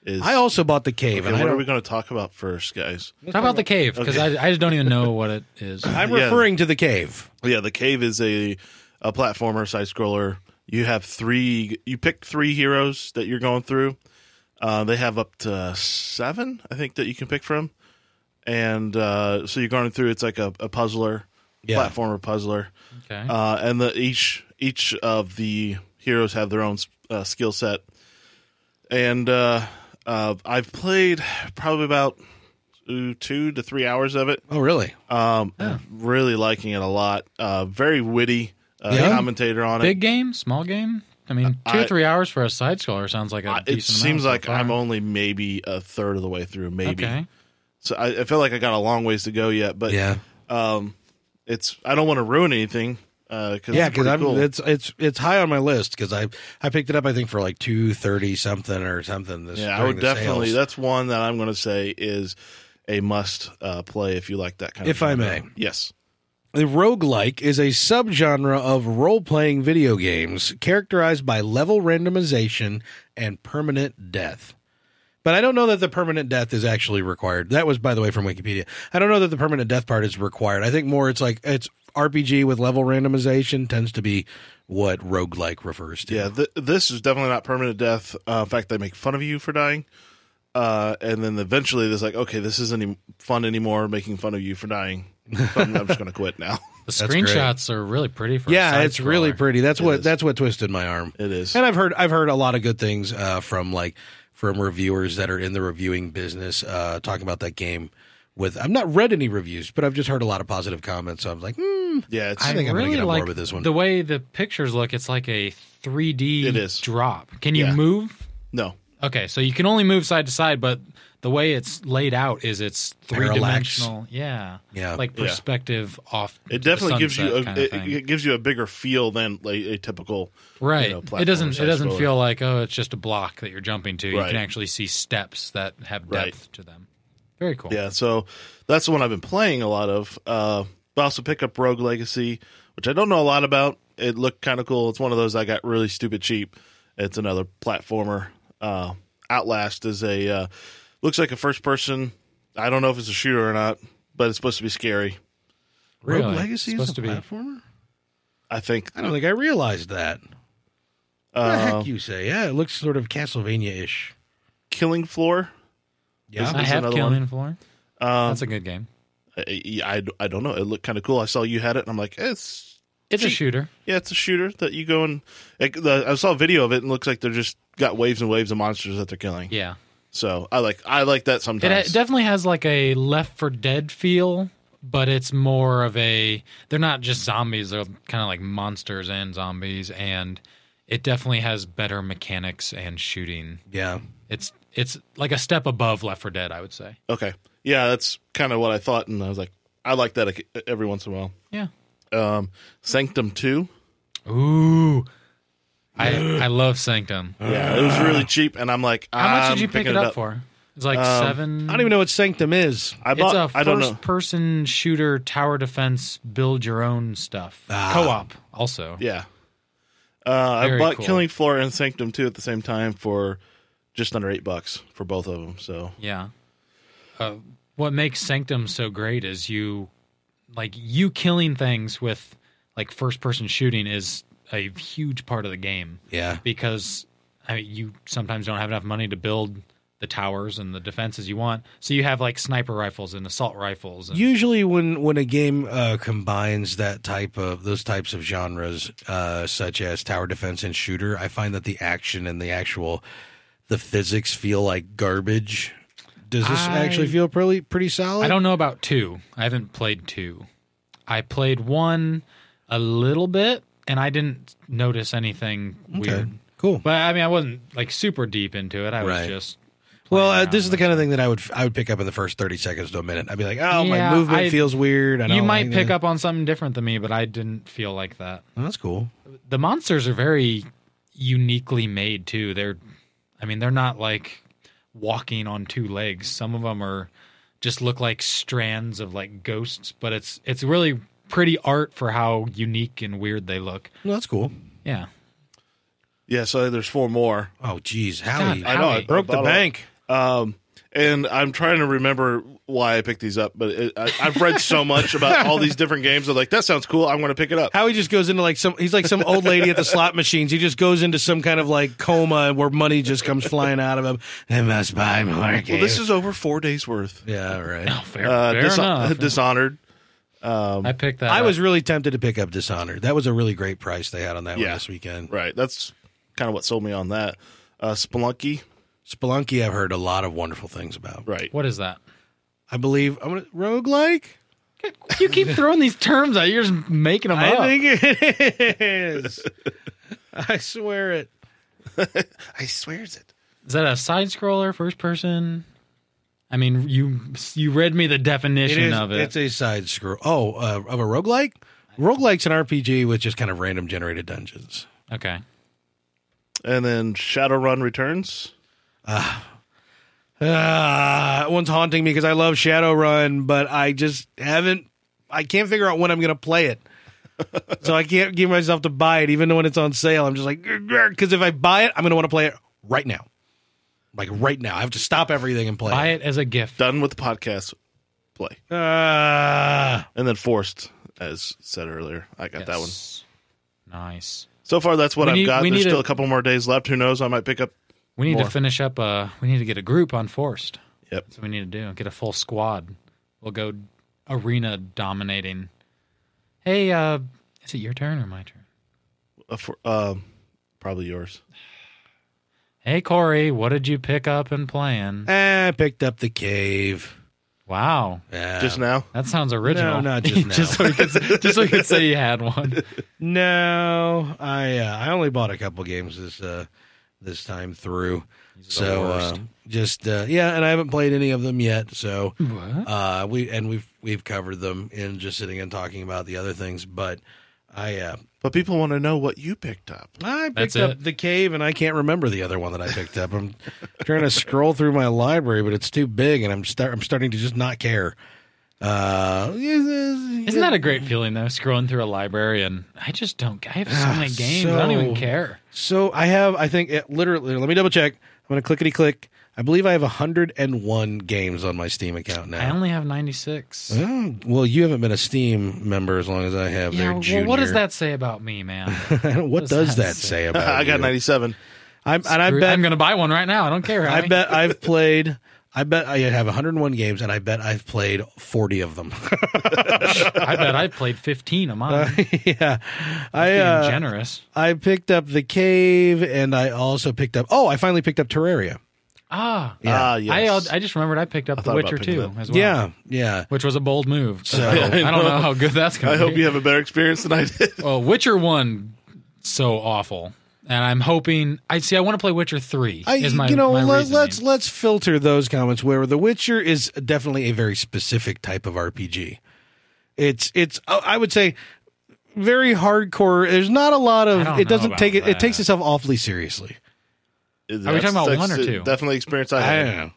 D: Is,
A: I also bought the cave,
D: okay,
A: and I
D: what are
A: don't
D: we going to talk about first, guys?
C: Talk about the cave because I, I just don't even know what it
D: *laughs*
C: is.
A: I'm
D: Yeah.
A: referring to the cave.
D: Yeah, the cave is a a platformer side scroller. You have three. You pick three heroes that you're going through. Uh, they have up to seven, I think, that you can pick from. And uh, so you're going through. It's like a, a puzzler,
A: Yeah.
D: platformer puzzler.
C: Okay.
D: Uh, and the each each of the heroes have their own uh, skill set. And uh, uh, I've played probably about ooh, two to three hours of it.
A: Oh, really?
D: Um, really liking it a lot. Uh, very witty uh,
A: Yeah.
D: commentator on
C: Big
D: it.
C: game? Small game? I mean, two or
D: I-
C: three hours for a side scroller sounds like a
D: I-
C: decent
D: It
C: amount
D: seems
C: so
D: like
C: far.
D: I'm only maybe a third of the way through, maybe.
C: Okay.
D: So I, I feel like I got a long ways to go yet, but
A: yeah,
D: um, it's I don't want to ruin anything. Uh, cause
A: yeah.
D: it's
A: Because
D: pretty
A: I'm
D: cool.
A: it's it's it's high on my list because I I picked it up I think for like two thirty something or something. This
D: yeah, I
A: during
D: would
A: the
D: definitely.
A: sales.
D: That's one that I'm going to say is a must uh, play if you like that kind of.
A: If I
D: genre.
A: may.
D: yes,
A: The roguelike is a subgenre of role playing video games characterized by level randomization and permanent death. But I don't know that the permanent death is actually required. That was, by the way, from Wikipedia. I don't know that the permanent death part is required. I think more it's like it's RPG with level randomization tends to be what roguelike refers to.
D: yeah. Th- this is definitely not permanent death. Uh, in fact, they make fun of you for dying, uh, and then eventually there's like, okay, this isn't any fun anymore. Making fun of you for dying. So I'm, I'm just going to quit now.
C: The
A: great.
C: screenshots are really pretty for a
A: Yeah,
C: side
A: it's really
C: scroller.
A: pretty. That's what
D: is.
A: that's what twisted my arm.
D: *laughs* It is.
A: And I've heard I've heard a lot of good things uh, from like from reviewers that are in the reviewing business uh, talking about that game with. I've not read any reviews, but I've just heard a lot of positive comments. So I'm like, hmm,
D: Yeah, it's
A: I think I'm gonna
C: really
A: get on board
C: like
A: with this one.
C: The way the pictures look, it's like a 3D
D: It is.
C: drop. Can you
D: Yeah.
C: move?
D: no.
C: Okay, so you can only move side to side, but the way it's laid out is it's three
A: Parallax.
C: dimensional. Yeah,
A: Yeah.
C: like
D: Yeah.
C: perspective off.
D: It
C: to the
D: definitely gives you
C: sunset
D: a,
C: kind of
D: it,
C: thing.
D: it gives you a bigger feel than like a typical
C: right.
D: know,
C: it
D: platform
C: doesn't. It
D: size
C: doesn't
D: scroller.
C: feel like oh, it's just a block that you're jumping to. You
D: Right.
C: can actually see steps that have depth
D: Right.
C: to them. Very cool.
D: Yeah, so that's the one I've been playing a lot of. Uh, I also pick up Rogue Legacy, which I don't know a lot about. It looked kind of cool. It's one of those I got really stupid cheap. It's another platformer. Uh, Outlast is a uh, looks like a first person. I don't know if it's a shooter or not, but it's supposed to be scary.
A: Rogue
C: Really?
A: Legacy is
C: Supposed
A: a
C: to be.
A: platformer.
D: I think.
A: I don't think I realized that. What the
D: Uh,
A: heck you say? Yeah, it looks sort of Castlevania-ish.
D: Killing Floor.
A: Yeah,
C: I
D: There's
C: have
D: another
C: Killing Floor.
D: Um,
C: That's a good game.
D: I, I, I don't know. It looked kind of cool. I saw you had it, and I'm like, it's
C: It's a
D: cheap.
C: shooter.
D: Yeah, it's a shooter that you go and like, the, I saw a video of it and it looks like they're just got waves and waves of monsters that they're killing.
C: Yeah,
D: So I like I like
C: It
D: that
C: ha-
D: sometimes.
C: definitely has like a Left for Dead feel, but it's more of a. They're not just zombies; they're kind of like monsters and zombies, and it definitely has better mechanics and shooting.
A: yeah.
C: It's it's like a step above Left for Dead, I would say.
D: okay, yeah, that's kind of what I thought, and I was like, I like that like, e-, every once in a while.
C: Yeah.
D: Um, Sanctum Two,
C: Ooh, I I love Sanctum.
D: yeah, it was really cheap, and I'm like,
C: How much
D: I'm
C: did you pick
D: picking
C: it up, for? It's like
D: Um,
C: seven.
A: I don't even know what Sanctum is.
D: I
C: It's
D: bought.
C: a
D: I don't know.
C: first-person shooter, tower defense, build your own stuff,
A: Ah.
C: co-op. Also,
D: Yeah, uh, I
C: Very
D: bought
C: cool.
D: Killing Floor and Sanctum Two at the same time for just under eight bucks for both of them. So
C: Yeah. Uh, what makes Sanctum so great is you, like, you killing things with, like, first person shooting is a huge part of the game
A: Yeah,
C: because I mean, you sometimes don't have enough money to build the towers and the defenses you want. So you have, like, sniper rifles and assault rifles. And,
A: usually when when a game uh, combines that type of those types of genres uh, such as tower defense and shooter i find that the action and the actual the physics feel like garbage does this
C: I-
A: actually feel pretty pretty solid
C: I don't know about two. I haven't played two. I played one a little bit and I didn't notice anything
A: okay
C: weird.
A: cool
C: But I mean, I wasn't like super deep into it. I was
A: Right.
C: just.
A: well
C: playing
A: uh, this
C: around
A: is the
C: with
A: kind of thing that i would i would pick up in the first 30 seconds to a minute i'd be like oh
C: Yeah,
A: my movement
C: I-
A: feels weird I
C: You
A: don't
C: might
A: like
C: pick
A: that."
C: up on something different than me, but I didn't feel like that.
A: Oh, that's cool
C: The monsters are very uniquely made too. They're, I mean, they're not like walking on two legs. Some of them are just look like strands of like ghosts, but it's it's really pretty art for how unique and weird they look.
A: no, that's cool
C: Yeah,
D: yeah, so there's four more.
A: oh geez howie
C: I
D: I know
C: Howie.
D: I
A: broke the
D: bought a lot.
A: bank
D: Um, and I'm trying to remember why I picked these up, but it, I, I've read so much about all these different games. I'm like, that sounds cool. I'm going to pick it up.
A: Howie just goes into like some. He's like some old lady at the slot machines. He just goes into some kind of like coma where money just comes flying out of him. I must buy more games.
D: Well, this is over four days worth.
A: yeah, right.
C: Oh, fair,
D: Uh,
C: fair
A: *laughs*
D: Dis-
C: enough.
D: *laughs* Dishonored.
C: I picked that.
A: I
D: uh,
C: up.
A: was really tempted to pick up Dishonored. That was a really great price they had on that one
D: Yeah.
A: this weekend.
D: Right. That's kind of what sold me on that. Uh, Spelunky.
A: Spelunky, I've heard a lot of wonderful things about.
D: Right.
C: What is that?
A: I believe I'm gonna roguelike. *laughs*
C: You keep throwing these terms out. You're just making them
A: I
C: up.
A: think it is. I swear it.
D: I swears it.
C: Is that a side scroller, first person? I mean, you you read me the
A: It
C: definition
A: is.
C: of it.
A: It's a side scroll. Oh, uh, of a roguelike. Roguelike's an RPG with just kind of random generated dungeons.
C: okay.
D: And then Shadowrun Returns.
A: Uh, one's haunting me because I love Shadowrun, but I just haven't. I can't figure out when I'm going to play it, *laughs* so I can't get myself to buy it, even when it's on sale. I'm just like, because if I buy it, I'm going to want to play it right now, like right now. I have to stop everything and play.
C: Buy it as a gift.
D: Done with the podcast. Play.
A: it. Uh,
D: And then Forced, as said earlier. I got that one.
C: Yes. Nice.
D: So far, that's what
C: We
D: I've
C: need-
D: got.
C: we
D: There's
C: need a-
D: still a couple more days left. Who knows? I might pick up.
C: We need
D: More.
C: to finish up. Uh, we need to get a group on Forced.
D: Yep.
C: That's what we need to do. Get a full squad. We'll go arena dominating. Hey, uh, is it your turn or my turn?
D: Uh, for, um, probably yours.
A: Uh,
C: Hey, Corey, what did you pick up and plan?
A: eh, I picked up the cave.
C: Wow.
A: Yeah.
D: just now.
C: That sounds original.
A: No, not
C: *laughs*
A: just now.
C: just, so you could, just so you could say you had one.
A: No, I uh, I only bought a couple games this uh, this time through. So uh, just uh, yeah, and I haven't played any of them yet. So
C: what?
A: uh, we and we've we've covered them in just sitting and talking about the other things. But I uh,
D: But people want to know what you picked up.
A: I picked
C: That's
A: up
C: it.
A: the cave, and I can't remember the other one that I picked up. I'm trying to scroll through my library, but it's too big, and I'm start I'm starting to just not care. Uh,
C: Isn't that a great feeling though? Scrolling through a library and I just don't. I have so
A: Ah,
C: many games. I don't
A: so-
C: even care.
A: So I have, I think, it literally. Let me double check. I'm gonna clickety click. I believe I have 101 games on my Steam account
C: I
A: now.
C: only have ninety six.
A: Oh, well, you haven't been a Steam member as long as I have. there,
C: Yeah. Well,
A: Junior.
C: what does that say about me, man?
A: *laughs* what
C: does
A: does
C: that
A: that
C: say?
A: say about?
D: *laughs* *laughs* I got
A: you?
D: 97.
A: I'm, and I
C: Screw-
A: bet
C: I'm gonna buy one right now. I don't care.
A: I
C: Howie.
A: bet
C: *laughs*
A: I've played. I bet I have 101 games, and I bet I've played 40 of them. *laughs*
C: I bet I played fifteen of
A: Uh,
C: mine.
A: yeah, I
C: Being
A: uh,
C: generous.
A: I picked up the cave, and I also picked up. Oh, I finally picked up Terraria.
C: Ah.
D: Ah,
C: I
D: yes.
C: I just remembered I picked up The
D: thought about
C: Witcher
D: picking
C: two
D: that.
C: as well.
A: Yeah, yeah.
C: Which was a bold move. So *laughs* I
D: I
C: don't, I don't
D: know.
C: know how good
A: *laughs*
C: that's gonna
D: I
C: be.
D: hope you have a better experience than
C: *laughs*
D: I did.
C: Well, Witcher one so awful, and I'm hoping I see. I want to play Witcher three.
A: I,
C: is my
A: you know,
C: my
A: let,
C: reasoning.
A: let's let's filter those comments where The Witcher is definitely a very specific type of RPG. It's it's I I would say very hardcore. There's not a lot
C: I don't
A: of it
C: know
A: doesn't
C: about
A: take it it takes
C: that.
A: itself awfully seriously.
D: Are
C: talking about one or two?
D: Definitely experience I had.
A: know.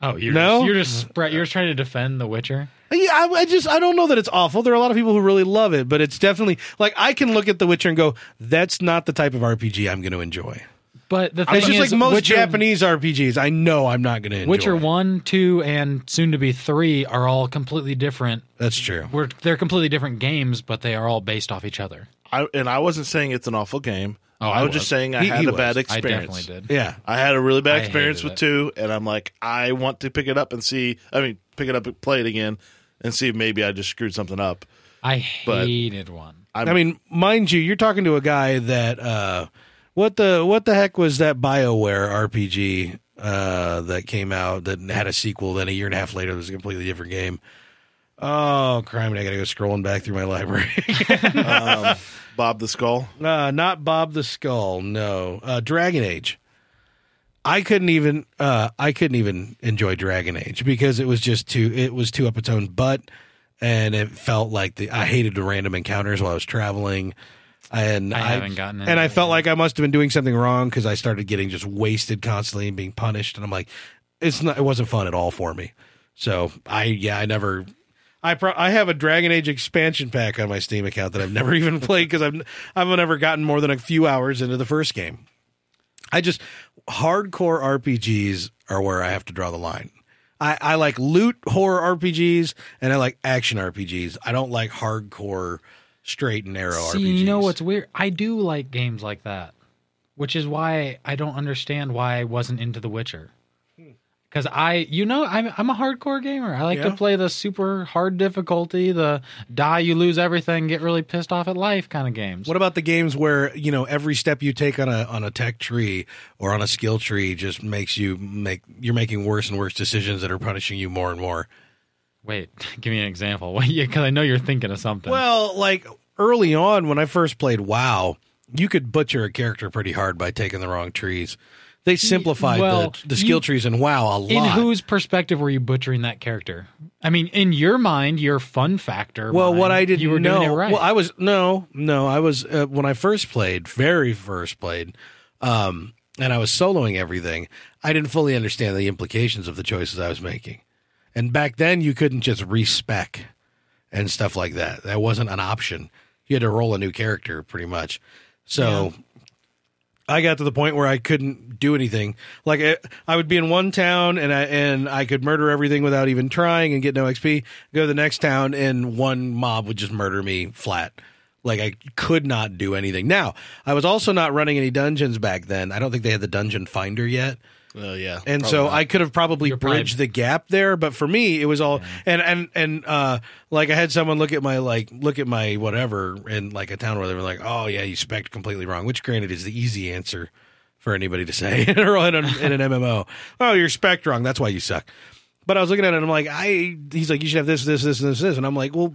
C: Oh, you're
A: No?
C: just, you're just spread, you're just trying to defend The Witcher.
A: Yeah, I, I just I don't know that it's awful. There are a lot of people who really love it, but it's definitely like I can look at The Witcher and go, "That's not the type of RPG I'm going to enjoy."
C: But the thing
A: It's just
C: is,
A: like most
C: Witcher,
A: Japanese RPGs. I know I'm not going to enjoy.
C: Witcher one, two, and soon to be three are all completely different.
A: That's true.
C: We're, they're completely different games, but they are all based off each other.
D: I, and I wasn't saying it's an awful game.
C: Oh,
D: I,
C: I
D: was,
C: was.
D: just saying I
A: He-
D: had
A: he
D: a
A: was.
D: bad
C: I
D: experience.
C: definitely did.
A: Yeah.
D: I had a really
C: I
D: bad
C: hated
D: experience with
C: it.
D: two, and I'm like, I want to pick it up and see. I mean, pick it up and play it again and see if maybe I just screwed something up.
C: I
D: But-
C: hated one.
A: I mean, mind you, you're talking to a guy that uh, what the what the heck was that Bioware RPG uh, that came out that had a sequel? Then a year and a half later, it was a completely different game. Oh, crime! I gotta go scrolling back through my library.
D: Um, Bob the Skull.
A: uh, not Bob the Skull. No, uh, Dragon Age. I couldn't even uh, I couldn't even enjoy Dragon Age because it was just too it was too up its own butt, and it felt like the I hated the random encounters while I was traveling, and
C: I
A: I,
C: haven't gotten into
A: and I
C: it
A: felt
C: yet.
A: like I must have been doing something wrong because I started getting just wasted constantly and being punished, and I'm like, it's not it wasn't fun at all for me. So I yeah I never I pro- I have a Dragon Age expansion pack on my Steam account that I've never *laughs* even played because I've I've never gotten more than a few hours into the first game. I just hardcore RPGs are where I have to draw the line. I, I like loot horror RPGs and I like action RPGs. I don't like hardcore straight and narrow
C: See,
A: RPGs.
C: you know what's weird? I do like games like that, which is why I don't understand why I wasn't into The Witcher. Because I, you know, I'm I'm a hardcore gamer. I like to
A: Yeah.
C: play the super hard difficulty, the die you lose everything, get really pissed off at life kind of games.
A: What about the games where you know every step you take on a on a tech tree or on a skill tree just makes you make you're making worse and worse decisions that are punishing you more and more?
C: Wait, *laughs* give me an example. *laughs* Because I know you're thinking of something.
A: Well, like early on when I first played WoW, you could butcher a character pretty hard by taking the wrong trees. They simplified
C: well,
A: the, the skill
C: you-
A: trees in WoW a lot.
C: in whose perspective were you butchering that character? I mean, in your mind, your fun factor.
A: well, what
C: mind,
A: I didn't
C: you were
A: know.
C: doing it right.
A: Well, I was no, no. I was uh, when I first played, very first played, um, and I was soloing everything. I didn't fully understand the implications of the choices I was making, and back then you couldn't just respec and stuff like that. That wasn't an option. You had to roll a new character, pretty much. So. I got to the point where I couldn't do anything. Like I, I would be in one town and I and I could murder everything without even trying and get no XP. Go to the next town and one mob would just murder me flat. Like I could not do anything. Now I was also not running any dungeons back then. I don't think they had the dungeon finder yet.
D: Oh yeah.
A: And
D: Probably
A: so
D: not.
A: I could have probably
C: You're probably-
A: bridged the gap there, but for me it was all and and and uh like I had someone look at my like look at my whatever in like a town where they were like, "Oh yeah, you spec completely wrong," which granted is the easy answer *laughs*
D: *laughs*
A: for anybody to say in, a- in an MMO. Oh, you're spec wrong. That's why you suck. But I was looking at it and I'm like, I he's like, you should have this, this, this, and this, this. And I'm like, well,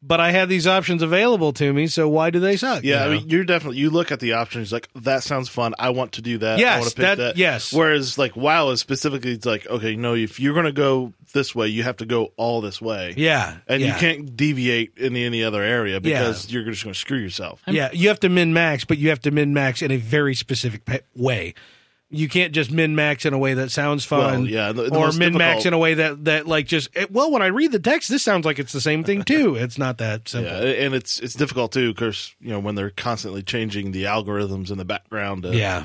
A: but I had these options available to me, so why do they suck?
D: Yeah,
A: you
D: I
A: know?
D: mean, you're definitely you look at the options like that sounds fun. I want to do that. I
A: Yes,
D: want to pick
A: that-
D: that,
A: yes.
D: Whereas like WoW is specifically it's like okay, no, if you're gonna go this way, you have to go all this way.
A: yeah.
D: and
A: yeah.
D: you can't deviate in any other area because you're just gonna screw yourself.
A: yeah, you have to min max, but you have to min max in a very specific pe- way. You can't just min max in a way that sounds fun,
D: Well, yeah, the- the
A: or
D: most
A: min max
D: difficult-
A: in a way that that like just eh, well. When I read the text, this sounds like it's the same thing
D: *laughs*
A: too. It's not that simple.
D: Yeah, and it's it's difficult too because you know when they're constantly changing the algorithms in the background. Uh,
A: yeah.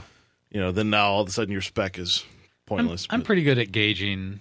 D: you know then now all of a sudden your spec is
C: I'm,
D: pointless.
C: I'm
D: but-
C: pretty good at gauging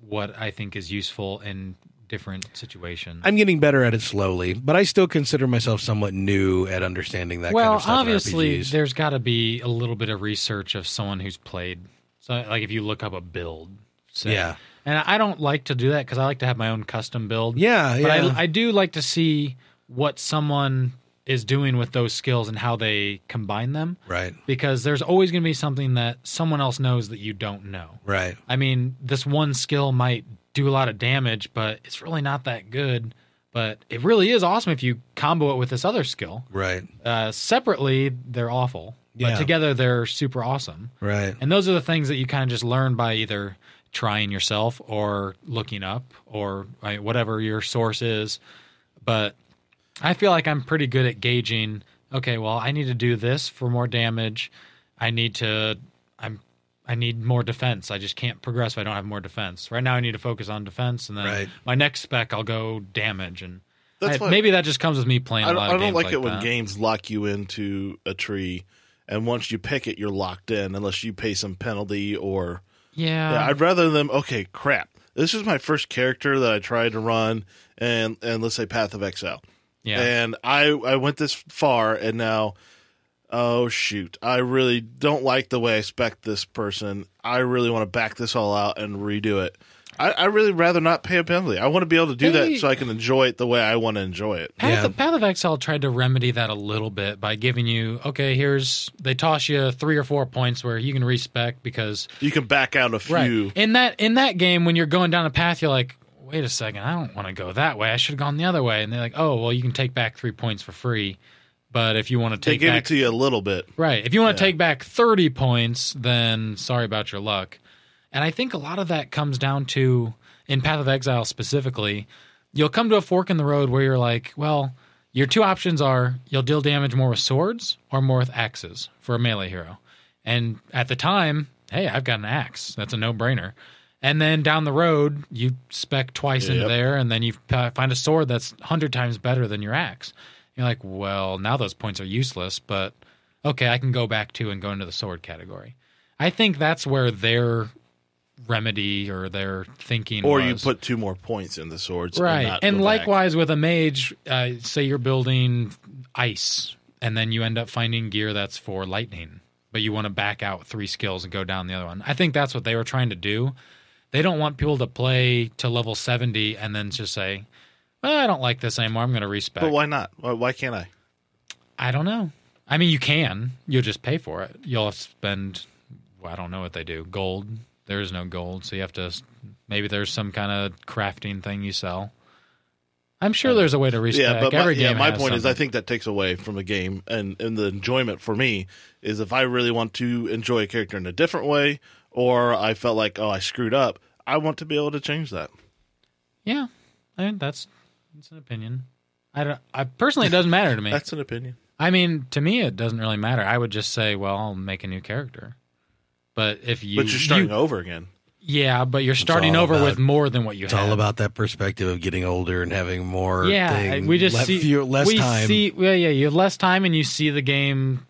C: what I think is useful in different situations.
A: I'm getting better at it slowly, but I still consider myself somewhat new at understanding that
C: well,
A: kind of stuff. in
C: obviously,
A: RPGs.
C: there's got to be a little bit of research of someone who's played. So, like, if you look up a build, say,
A: Yeah.
C: and I don't like to do that because I like to have my own custom build.
A: yeah,
C: but
A: yeah.
C: I, I do like to see what someone is doing with those skills and how they combine them
A: right,
C: because there's always going to be something that someone else knows that you don't know.
A: right.
C: I mean, this one skill might do a lot of damage, but it's really not that good. But it really is awesome if you combo it with this other skill.
A: Right,
C: Uh, separately, they're awful, but
A: Yeah.
C: together they're super awesome.
A: right.
C: And those are the things that you kind of just learn by either trying yourself or looking up or I whatever your source is. But I feel like I'm pretty good at gauging. Okay, well, I need to do this for more damage. I need to. I'm. I need more defense. I just can't progress if I don't have more defense. Right now, I need to focus on defense, and then
A: Right.
C: my next spec, I'll go damage. And
D: That's
C: I-
D: fine.
C: maybe that just comes with me playing.
D: I
C: a lot
D: don't, I
C: of
D: don't
C: games
D: like,
C: like
D: it when
C: that.
D: games lock you into a tree, and once you pick it, you're locked in unless you pay some penalty or.
C: Yeah,
D: Yeah, I'd rather them. Okay, crap. This is my first character that I tried to run, and and let's say Path of Exile.
C: yeah.
D: And I I went this far, and now, oh shoot, I really don't like the way I spec this person. I really want to back this all out and redo it. I, I really rather not pay a penalty. I want to be able to do
C: They-
D: that so I can enjoy it the way I want to enjoy it.
C: Path,
A: Yeah.
C: of, Path of Exile tried to remedy that a little bit by giving you, okay, here's they toss you three or four points where you can respec because
D: You can back out a few.
C: in that in that game when you're going down a path you're like, wait a second, I don't want to go that way. I should have gone the other way. And they're like, oh well, you can take back three points for free, but if you want to
D: They
C: take
D: gave
C: back
D: it to you a little bit.
C: Right. If you want to take back 30 points, then sorry about your luck. And I think a lot of that comes down to, in Path of Exile specifically, you'll come to a fork in the road where you're like, well, your two options are you'll deal damage more with swords or more with axes for a melee hero. And at the time, hey, I've got an axe. That's a no brainer. And then down the road, you spec twice into
D: Yep.
C: there, and then you f- find a sword that's 100 times better than your axe. You're like, well, now those points are useless, but okay, I can go back to and go into the sword category. I think that's where their remedy or their thinking
D: Or
C: was.
D: you put two more points in the swords. And,
C: right
D: not
C: and
D: go back.
C: likewise with a mage uh, say you're building ice and then you end up finding gear that's for lightning but you want to back out three skills and go down the other one i think that's what they were trying to do they don't want people to play to level 70 and then just say well, i don't like this anymore i'm going to respec
D: But why not? Why, why can't I?
C: i don't know i mean you can you'll just pay for it you'll have to spend well, i don't know what they do gold there is no gold so you have to maybe there's some kind of crafting thing you sell i'm sure there's a way to respec
D: Yeah, but my,
C: every
D: yeah,
C: game
D: my
C: has
D: point is, I
C: something.
D: think that takes away from the game, and and the enjoyment for me is if I really want to enjoy a character in a different way, or I felt like oh I screwed up, I want to be able to change that.
C: yeah i mean that's that's an opinion i don't i personally it doesn't matter to me
D: *laughs* That's an opinion.
C: I mean, to me, it doesn't really matter. I would just say, well, I'll make a new character. But if you,
D: but you're starting
C: you-
D: over again.
C: yeah, but you're starting
A: all
C: over
A: about-
C: with more than what you
A: It's
C: have.
A: all about that perspective of getting older and having more.
C: yeah.
A: thing,
C: we just
A: le-
C: see
A: fewer- less
C: we
A: time.
C: See, well, yeah, you have less time and you see the game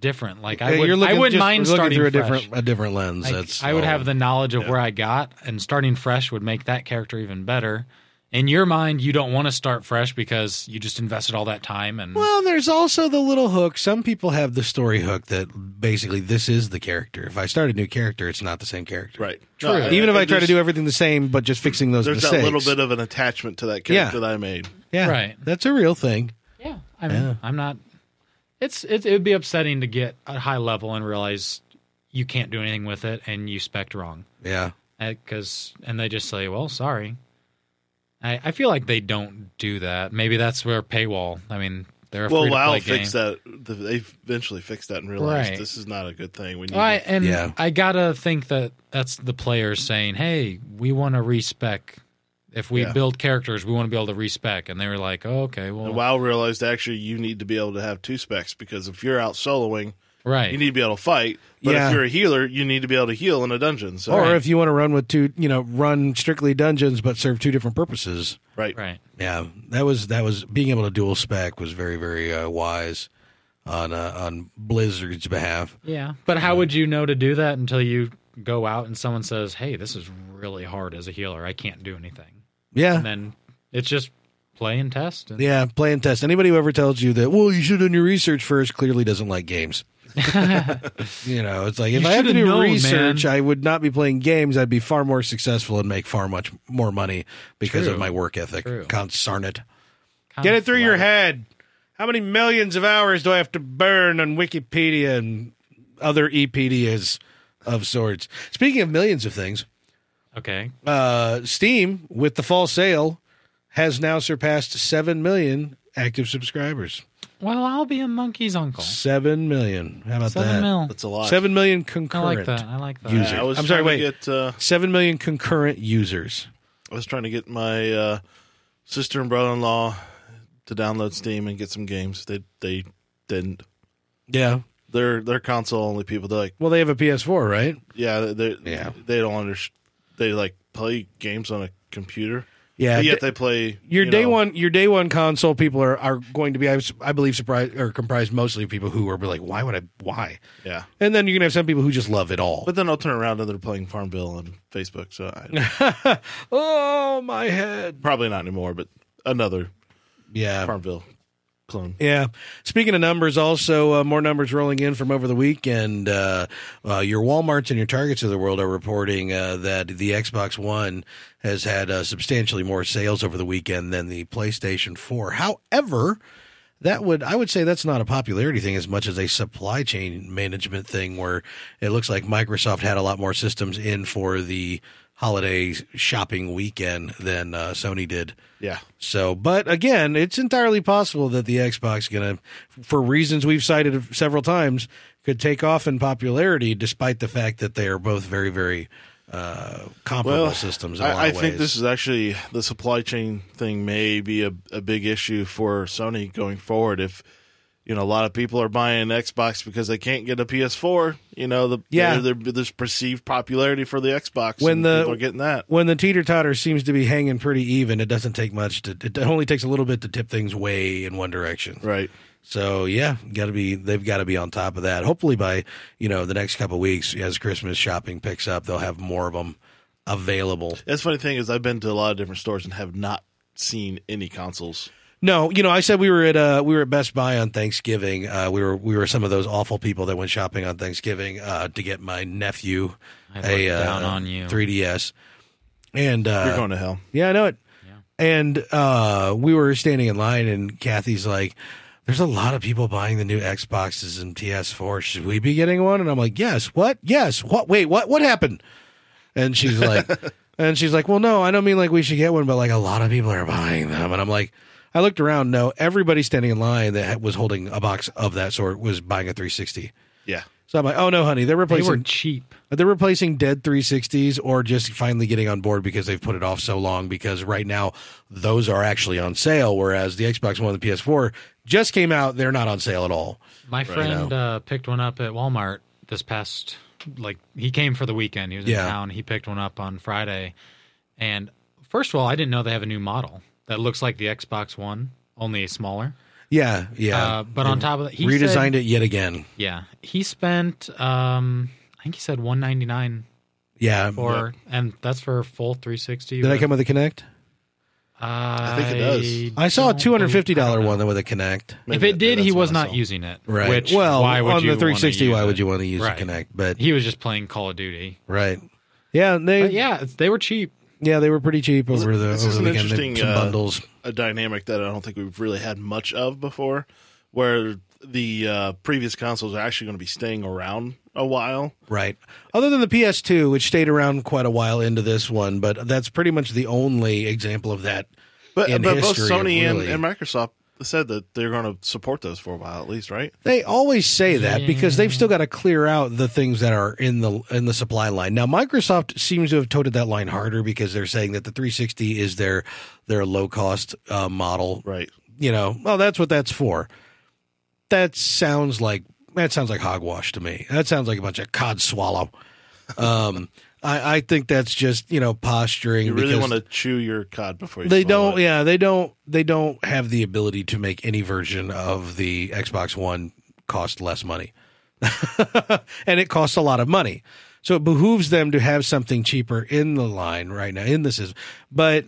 C: different. Like I
A: Yeah,
C: would,
A: you're looking,
C: I wouldn't
A: just
C: mind
A: looking
C: starting
A: through a
C: fresh.
A: different a different lens.
C: Like,
A: That's
C: I would
A: all.
C: have the knowledge of where I got, and starting fresh would make that character even better. In your mind, you don't want to start fresh because you just invested all that time and
A: Well, there's also the little hook. Some people have the story hook that basically this is the character. If I start a new character, it's not the same character.
D: Right. Uh,
C: True.
A: Even if I
D: and
A: try to
D: there's-
A: do everything the same, but just fixing those
D: there's
A: mistakes.
D: that little bit of an attachment to that
A: Yeah.
D: character that I made.
A: yeah,
C: Right.
A: That's a real thing.
C: Yeah, I mean,
A: Yeah.
C: I'm not. It's it, it would be upsetting to get a high level and realize you can't do anything with it and you spec wrong.
A: Yeah,
C: because and they just say, "Well, sorry." I, I feel like they don't do that. Maybe that's where paywall. I mean, they're a
D: Well,
C: free
D: WoW
C: to play game.
D: fixed that. th- They eventually fixed that and realized
C: Right.
D: this is not a good thing. We need
C: I,
D: to-
C: and
A: Yeah.
C: I gotta think that that's the players saying, "Hey, we want to respec. If we
D: Yeah.
C: build characters, we want to be able to respec." And they were like, oh, "Okay, well,
D: and WoW realized actually you need to be able to have two specs because if you're out soloing,
C: right,
D: you need to be able to fight. But
A: Yeah.
D: if you're a healer, you need to be able to heal in a dungeon. So
A: Or
C: Right.
A: if you want to run with two, you know, run strictly dungeons but serve two different purposes.
D: right,
C: right."
A: Yeah, that was that was being able to dual spec was very very uh, wise on uh, on Blizzard's behalf.
C: Yeah. But how would you know to do that until you go out and someone says, "Hey, this is really hard as a healer. I can't do anything."
A: Yeah,
C: And then it's just play and test. And
A: yeah, play and test. Anybody who ever tells you that, well, you should have done your research first, clearly doesn't like
C: *laughs*
A: games. you know, it's like if
C: You
A: I had to
C: should
A: do
C: have known,
A: research,
C: man.
A: I would not be playing games. I'd be far more successful and make far much more money because of
C: True.
A: my work ethic.
C: True.
A: Concern it.
C: kind
A: Get
C: of
A: it through your
C: flat.
A: head. How many millions of hours do I have to burn on Wikipedia and other E EPDAs of sorts? Speaking of millions of things,
C: Okay.
A: uh, Steam with the fall sale has now surpassed seven million active subscribers.
C: Well, I'll be a monkey's uncle.
A: Seven million. How about
C: Seven
A: that?
C: mil.
D: that's a lot.
A: Seven million
C: I
A: concurrent.
C: like that. I like that.
A: User.
D: Yeah, I was
A: I'm sorry,
D: trying to
A: wait.
D: Get, uh,
A: Seven million concurrent users.
D: I was trying to get my uh, sister and brother-in-law to download Steam and get some games. They they didn't.
A: Yeah.
D: They're they're console only people. They're like,
A: Well, they have a PS4, right?
D: yeah, they
A: Yeah.
D: they don't understand. They like play games on a computer.
A: Yeah.
D: But
A: d-
D: yet they play
A: your
D: you
A: day
D: know,
A: one your day one console people are, are going to be I, s- I believe surprised or comprised mostly of people who are like why would i why
D: Yeah,
A: and then you're gonna have some people who just love it all
D: but then I'll turn around and they're playing Farmville on Facebook. So I,
A: *laughs*
D: *laughs*
A: oh my head
D: probably not anymore, but another
A: yeah
D: Farmville clone.
A: yeah speaking of numbers also uh, more numbers rolling in from over the weekend uh, uh, your walmarts and your targets of the world are reporting uh, that the xbox one has had uh, substantially more sales over the weekend than the playstation 4 however that would I would say that's not a popularity thing as much as a supply chain management thing where it looks like Microsoft had a lot more systems in for the holiday shopping weekend than uh, Sony did.
D: Yeah.
A: So, but again, it's entirely possible that the Xbox going to for reasons we've cited several times could take off in popularity despite the fact that they are both very very uh, comparable systems in a lot
D: I, I
A: of ways.
D: think this is actually the supply chain thing may be a, a big issue for Sony going forward. If you know a lot of people are buying Xbox because they can't get a PS4, you know, the
A: Yeah.
D: there- there- there's perceived popularity for the Xbox
A: When
D: and
A: the-
D: people are getting that.
A: when the teeter totter seems to be hanging pretty even, it doesn't take much to. It only takes a little bit to tip things way in one direction.
D: Right.
A: So yeah, got to be they've got to be on top of that. Hopefully by you know the next couple weeks as Christmas shopping picks up, they'll have more of them available.
D: That's the funny thing is I've been to a lot of different stores and have not seen any consoles.
A: No, you know, I said we were at uh, we were at Best Buy on Thanksgiving. Uh, we were we were some of those awful people that went shopping on Thanksgiving uh, to get my nephew
C: I look
A: a uh,
C: down on you.
A: 3ds. And uh,
D: You're going to hell.
A: Yeah, I know it.
C: Yeah.
A: And uh, we were standing in line, and Kathy's like, "There's a lot of people buying the new Xboxes and PS4. Should we be getting one?" And I'm like, "Yes. What? Yes. What? Wait. What? What happened?" And
C: *laughs*
A: she's like, "And she's like, well, no, I don't mean like we should get one, but like a lot of people are buying them." And I'm like. I looked around. No, everybody standing in line that was holding a box of that sort was buying a 360.
D: Yeah.
A: So I'm like, "Oh no, honey, they're
C: They
A: replacing
C: were cheap.
A: are they replacing dead 360s or just finally getting on board because they've put it off so long? Because right now, those are actually on sale, whereas the Xbox One and the PS4 just came out. They're not on sale at all.
C: My friend uh, picked one up at Walmart this past. Like he came for the weekend. He was in
A: Yeah.
C: town. He picked one up on Friday, and first of all, I didn't know they have a new model that looks like the Xbox One, only smaller.
A: Yeah, yeah.
C: Uh, but on top of that, he
A: Redesigned
C: said,
A: it yet again.
C: Yeah, he spent. Um, I think he said one ninety nine
A: Yeah.
C: for, and that's for a full three sixty.
A: Did I come with a Connect?
C: I
D: think it does.
A: I saw a
C: don't
A: two hundred fifty
C: believe- I
A: dollar
C: don't know.
A: one though with a Connect.
C: If
D: Maybe
C: it
D: that-
C: did, he
D: that's
C: was
D: what I
C: not
D: saw.
C: using it.
A: Right.
C: Which,
A: well,
C: why would
A: on
C: you
A: the
C: wanna
A: three sixty, why
C: use
A: would
C: it?
A: you want to use
C: Right.
A: a Connect? But
C: He was just playing Call of Duty.
A: right. Yeah, they
C: But
A: yeah.
C: yeah, it's- they were cheap.
A: they were pretty cheap over the
D: this
A: over
D: is
A: the
D: an
A: weekend. They-
D: interesting,
A: some
D: uh,
A: bundles.
D: a dynamic that I don't think we've really had much of before, where the uh, previous consoles are actually going to be staying around a while.
A: Right. Other than the PS2, which stayed around quite a while into this one, but that's pretty much the only example of that.
D: But
A: In
D: but
A: history,
D: both Sony and,
A: really.
D: and Microsoft said that they're going to support those for a while at least, right?
A: They always say that because they've still got to clear out the things that are in the in the supply line. Now Microsoft seems to have toted that line harder because they're saying that the 360 is their their low cost uh, model.
D: Right.
A: You know, well that's what that's for. That sounds like that sounds like hogwash to me. That sounds like a bunch of cod swallow. Um, I, I think that's just you know posturing.
D: You really
A: because-
D: want to chew your cod before you
A: they
D: swallow
A: don't
D: it.
A: yeah they don't they don't have the ability to make any version of the xbox one cost less money *laughs* and it costs a lot of money so it behooves them to have something cheaper in the line right now in the system but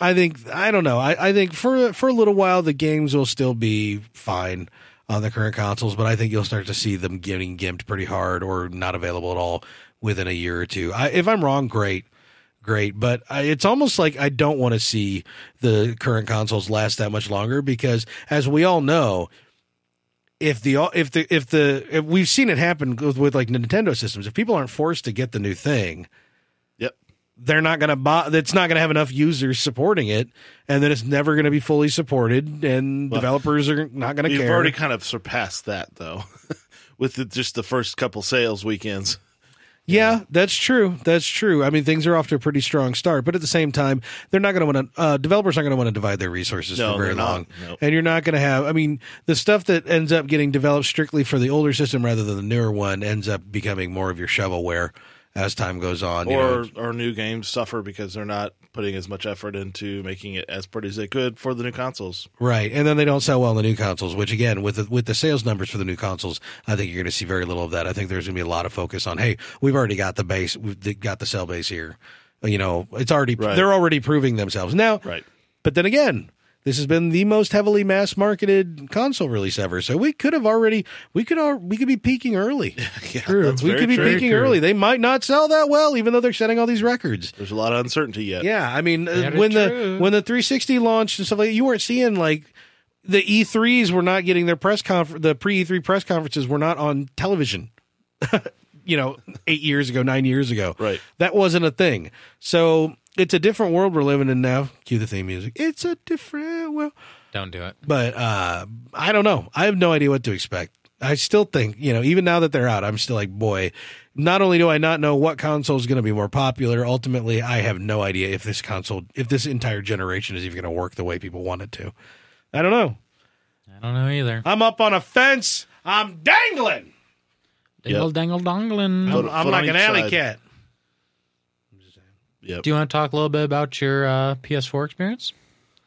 A: i think i don't know i, I think for for a little while the games will still be fine on the current consoles but i think you'll start to see them getting gimped pretty hard or not available at all within a year or two I, if i'm wrong great great, but I, it's almost like I don't want to see the current consoles last that much longer because, as we all know, if the if the if the if we've seen it happen with, with like Nintendo systems, if people aren't forced to get the new thing,
D: Yep.
A: they're not going to buy. It's not going to have enough users supporting it, and then it's never going to be fully supported, and
D: Well,
A: developers are not going to
D: You've
A: care.
D: already kind of surpassed that though, *laughs* with the, just the first couple sales weekends.
A: Yeah, that's true. That's true. I mean, things are off to a pretty strong start, but at the same time, they're not going to want to. Uh, developers aren't going to want to divide their resources
D: No,
A: for very
D: they're not.
A: long,
D: Nope.
A: and you're not going to have. I mean, the stuff that ends up getting developed strictly for the older system rather than the newer one ends up becoming more of your shovelware as time goes on. you know.
D: or or new games suffer because they're not putting as much effort into making it as pretty as they could for the new consoles.
A: Right, and then they don't sell well on the new consoles, which again, with the, with the sales numbers for the new consoles, I think you're going to see very little of that. I think there's going to be a lot of focus on, hey, we've already got the base, we've got the sell base here. You know, it's already
D: Right.
A: they're already proving themselves now.
D: Right.
A: But then again, this has been the most heavily mass marketed console release ever, so we could have already we could al- we could be peaking early.
D: *laughs* Yeah,
C: True.
D: that's
A: we
D: very
A: could be
D: true.
A: peaking
C: true.
A: early. They might not sell that well, even though they're setting all these records.
D: There's a lot of uncertainty yet.
A: Yeah, I mean, uh,
C: That is
A: when the
C: true.
A: when the 360 launched and stuff like that, you weren't seeing like the E3s were not getting their press confer- the pre E3 press conferences were not on television. *laughs* you know, eight years ago, nine years ago,
D: Right.
A: That wasn't a thing. So it's a different world we're living in now. Cue the theme music. It's a different world.
C: Don't do it.
A: But uh, I don't know. I have no idea what to expect. I still think, you know, even now that they're out, I'm still like, boy, not only do I not know what console is going to be more popular, ultimately, I have no idea if this console, if this entire generation is even going to work the way people want it to. I don't know.
C: I don't know either.
A: I'm up on a fence. I'm dangling.
C: Dingle, dangle, dongling.
D: Foot-
A: I'm, I'm
D: foot
A: like
D: on
A: an
D: each
A: alley
D: side.
A: cat.
D: Yep.
C: Do you want to talk a little bit about your uh, PS4 experience?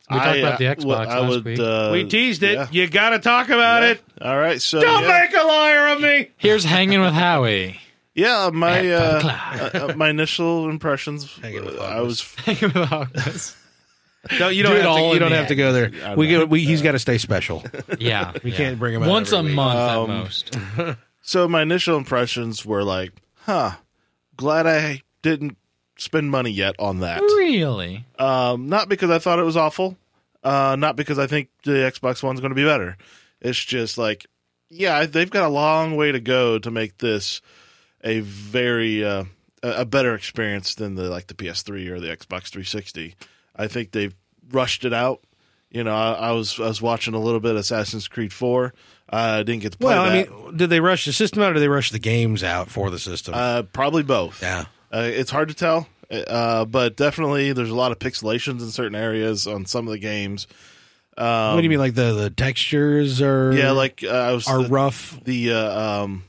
C: We talked
D: I,
C: about the
D: uh,
C: Xbox
D: well, I
C: last
D: would,
C: week.
D: uh,
A: we teased it.
D: yeah.
A: You got to talk about it.
D: All right. So
A: Don't
D: yeah,
A: make a liar of me.
C: Here's
A: *laughs*
C: hanging with Howie.
D: Yeah, my
C: At
D: uh,
C: Buckler.
D: uh, uh, my initial impressions.
A: Hang it with
D: uh,
A: August.
D: I was
C: Hanging with Howie.
A: No, you
C: Do
A: don't
C: it
A: have
C: all
A: to. You
C: in
A: don't
C: the
A: have to go there. We, go, we he's got to stay special.
C: *laughs* Yeah,
A: We
C: yeah.
A: can't bring him out
C: once a
A: every week.
C: month
D: Um,
C: at most.
D: so my initial impressions were like, huh, glad I didn't spend money yet on that.
C: Really?
A: Oh,
D: Um, not because I thought it was awful, uh, not because I think the Xbox One's going to be better. It's just like, yeah, they've got a long way to go to make this a very uh, a a better experience than the like the PS3 or the Xbox 360. I think they've rushed it out. You know, I, I was I was watching a little bit of Assassin's Creed 4. I didn't get to play
A: Well, I
D: that.
A: mean, did they rush the system out or did they rush the games out for the system?
D: Uh, probably both.
A: Yeah.
D: Uh, it's hard to tell, uh, but definitely there's a lot of pixelations in certain areas on some of the games. Um,
A: what do you mean, like the, the textures are
D: Yeah, like uh, I was
A: are
D: the,
A: rough?
D: the uh, um,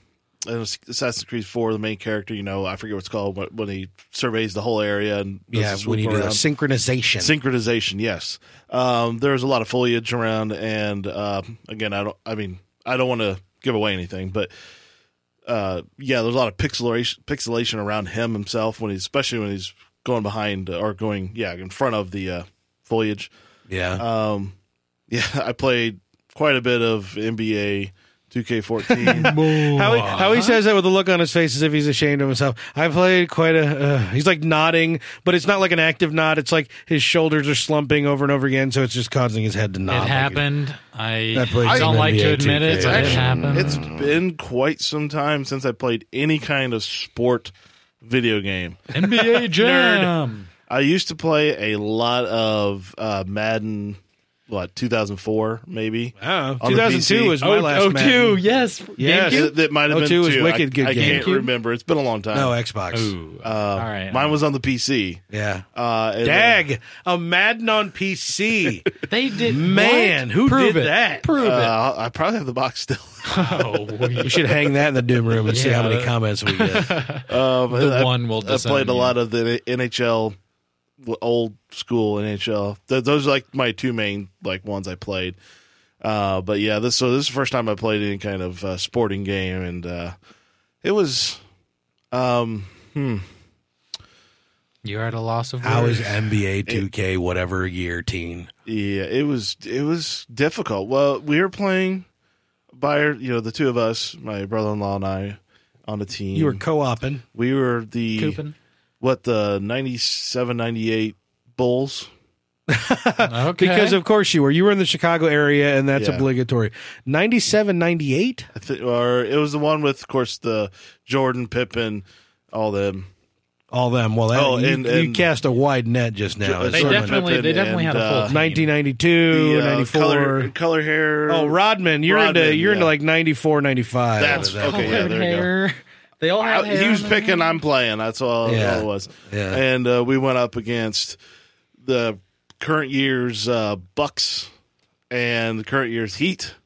D: it was Assassin's Creed Four, the main character. You know, I forget what's called but when he surveys the whole area and does
A: Yeah,
D: the
A: when you
D: swoop
A: do the
D: around.
A: synchronization.
D: synchronization. Yes, um, there's a lot of foliage around, and uh, again, I don't. I mean, I don't want to give away anything, but uh, yeah, there's a lot of pixelation, pixelation around him himself when he's, especially when he's going behind or going, yeah, in front of the uh, foliage. Uh,
A: yeah,
D: *laughs* Um, yeah, I played quite a bit of NBA 2K14.
A: How he, how he says that with a look on his face as if he's ashamed of himself. I played quite a. Uh, he's like nodding, but it's not like an active nod. It's like his shoulders are slumping over and over again, so it's just causing his head to
C: It
A: nod. like
C: happened. I,
A: That plays
C: don't
A: in
C: like to
A: NBA
C: admit it,
A: 2K.
C: but it
D: Actually,
C: happened.
D: It's been quite some time since I played any kind of sport video game.
C: NBA Jam.
D: I used to play a lot of uh, Madden, what 2004 maybe.
A: I don't know.
D: On the
A: 2002
D: PC.
A: was my last
C: oh,
A: Madden.
C: two. Yes.
A: Yes.
C: GameCube?
D: That, that might have
A: 02
D: been two.
A: was wicked
D: I,
A: good
D: I
A: game.
D: can't
C: GameCube?
D: remember. It's been a long time.
A: No Xbox.
C: Ooh.
D: uh,
C: All right.
D: Mine was on the PC.
A: Yeah.
D: Uh, and then-
A: Dag, a Madden on
D: *laughs*
A: PC.
C: They did.
A: Man,
C: what?
A: who
C: Prove
A: did
C: it.
A: that?
C: Prove
D: uh, I probably have the box still. *laughs*
C: it. *laughs* Oh,
A: we
C: we-
A: should hang that in the doom room and see how
C: Yeah.
A: many comments we get.
D: Um,
C: the
D: I,
C: one will.
D: I
C: disown
D: played a
C: you.
D: lot of the NHL, old school NHL. Th- those are like my two main like ones I played. Uh, but yeah, this so this is the first time I played any kind of uh, sporting game, and uh, it was, um, hmm,
C: You're at a loss of
A: How is
C: words.
A: NBA 2K whatever year teen?
D: yeah, it was it was difficult. Well, we were playing by our- you know the two of us, my brother-in-law and I, on a team.
A: You were co-oping.
D: we were the
C: Coopin?
D: what the 97, 98 Bulls.
C: *laughs* Okay.
A: Because of course you were. You were in the Chicago area, and that's
D: Yeah.
A: obligatory. 97, 98?
D: I think, or it was the one with, of course, the Jordan, Pippen, all them.
A: All them. Well, that,
D: Oh,
A: you,
D: and-
A: you
D: and-
A: cast a wide net just now.
D: They
A: It's
C: they
A: sort of
D: Sermon.
A: like
C: definitely they
D: Pippen
C: definitely had a full
D: and,
C: team.
A: 1992,
D: The, uh,
A: 94.
D: color, color hair.
A: oh, Rodman. You're into
D: Rodman,
A: you're into
D: yeah.
A: like 94, 95.
D: That's-
A: That was
D: okay, yeah,
A: that.
D: there you go.
C: Hair. They all had
D: I-
C: hair
D: he was
C: on
D: picking.
C: them.
D: I'm playing. That's all,
A: Yeah.
D: all it was.
A: Yeah.
D: And uh, we went up against the current year's uh, Bucks and the current year's Heat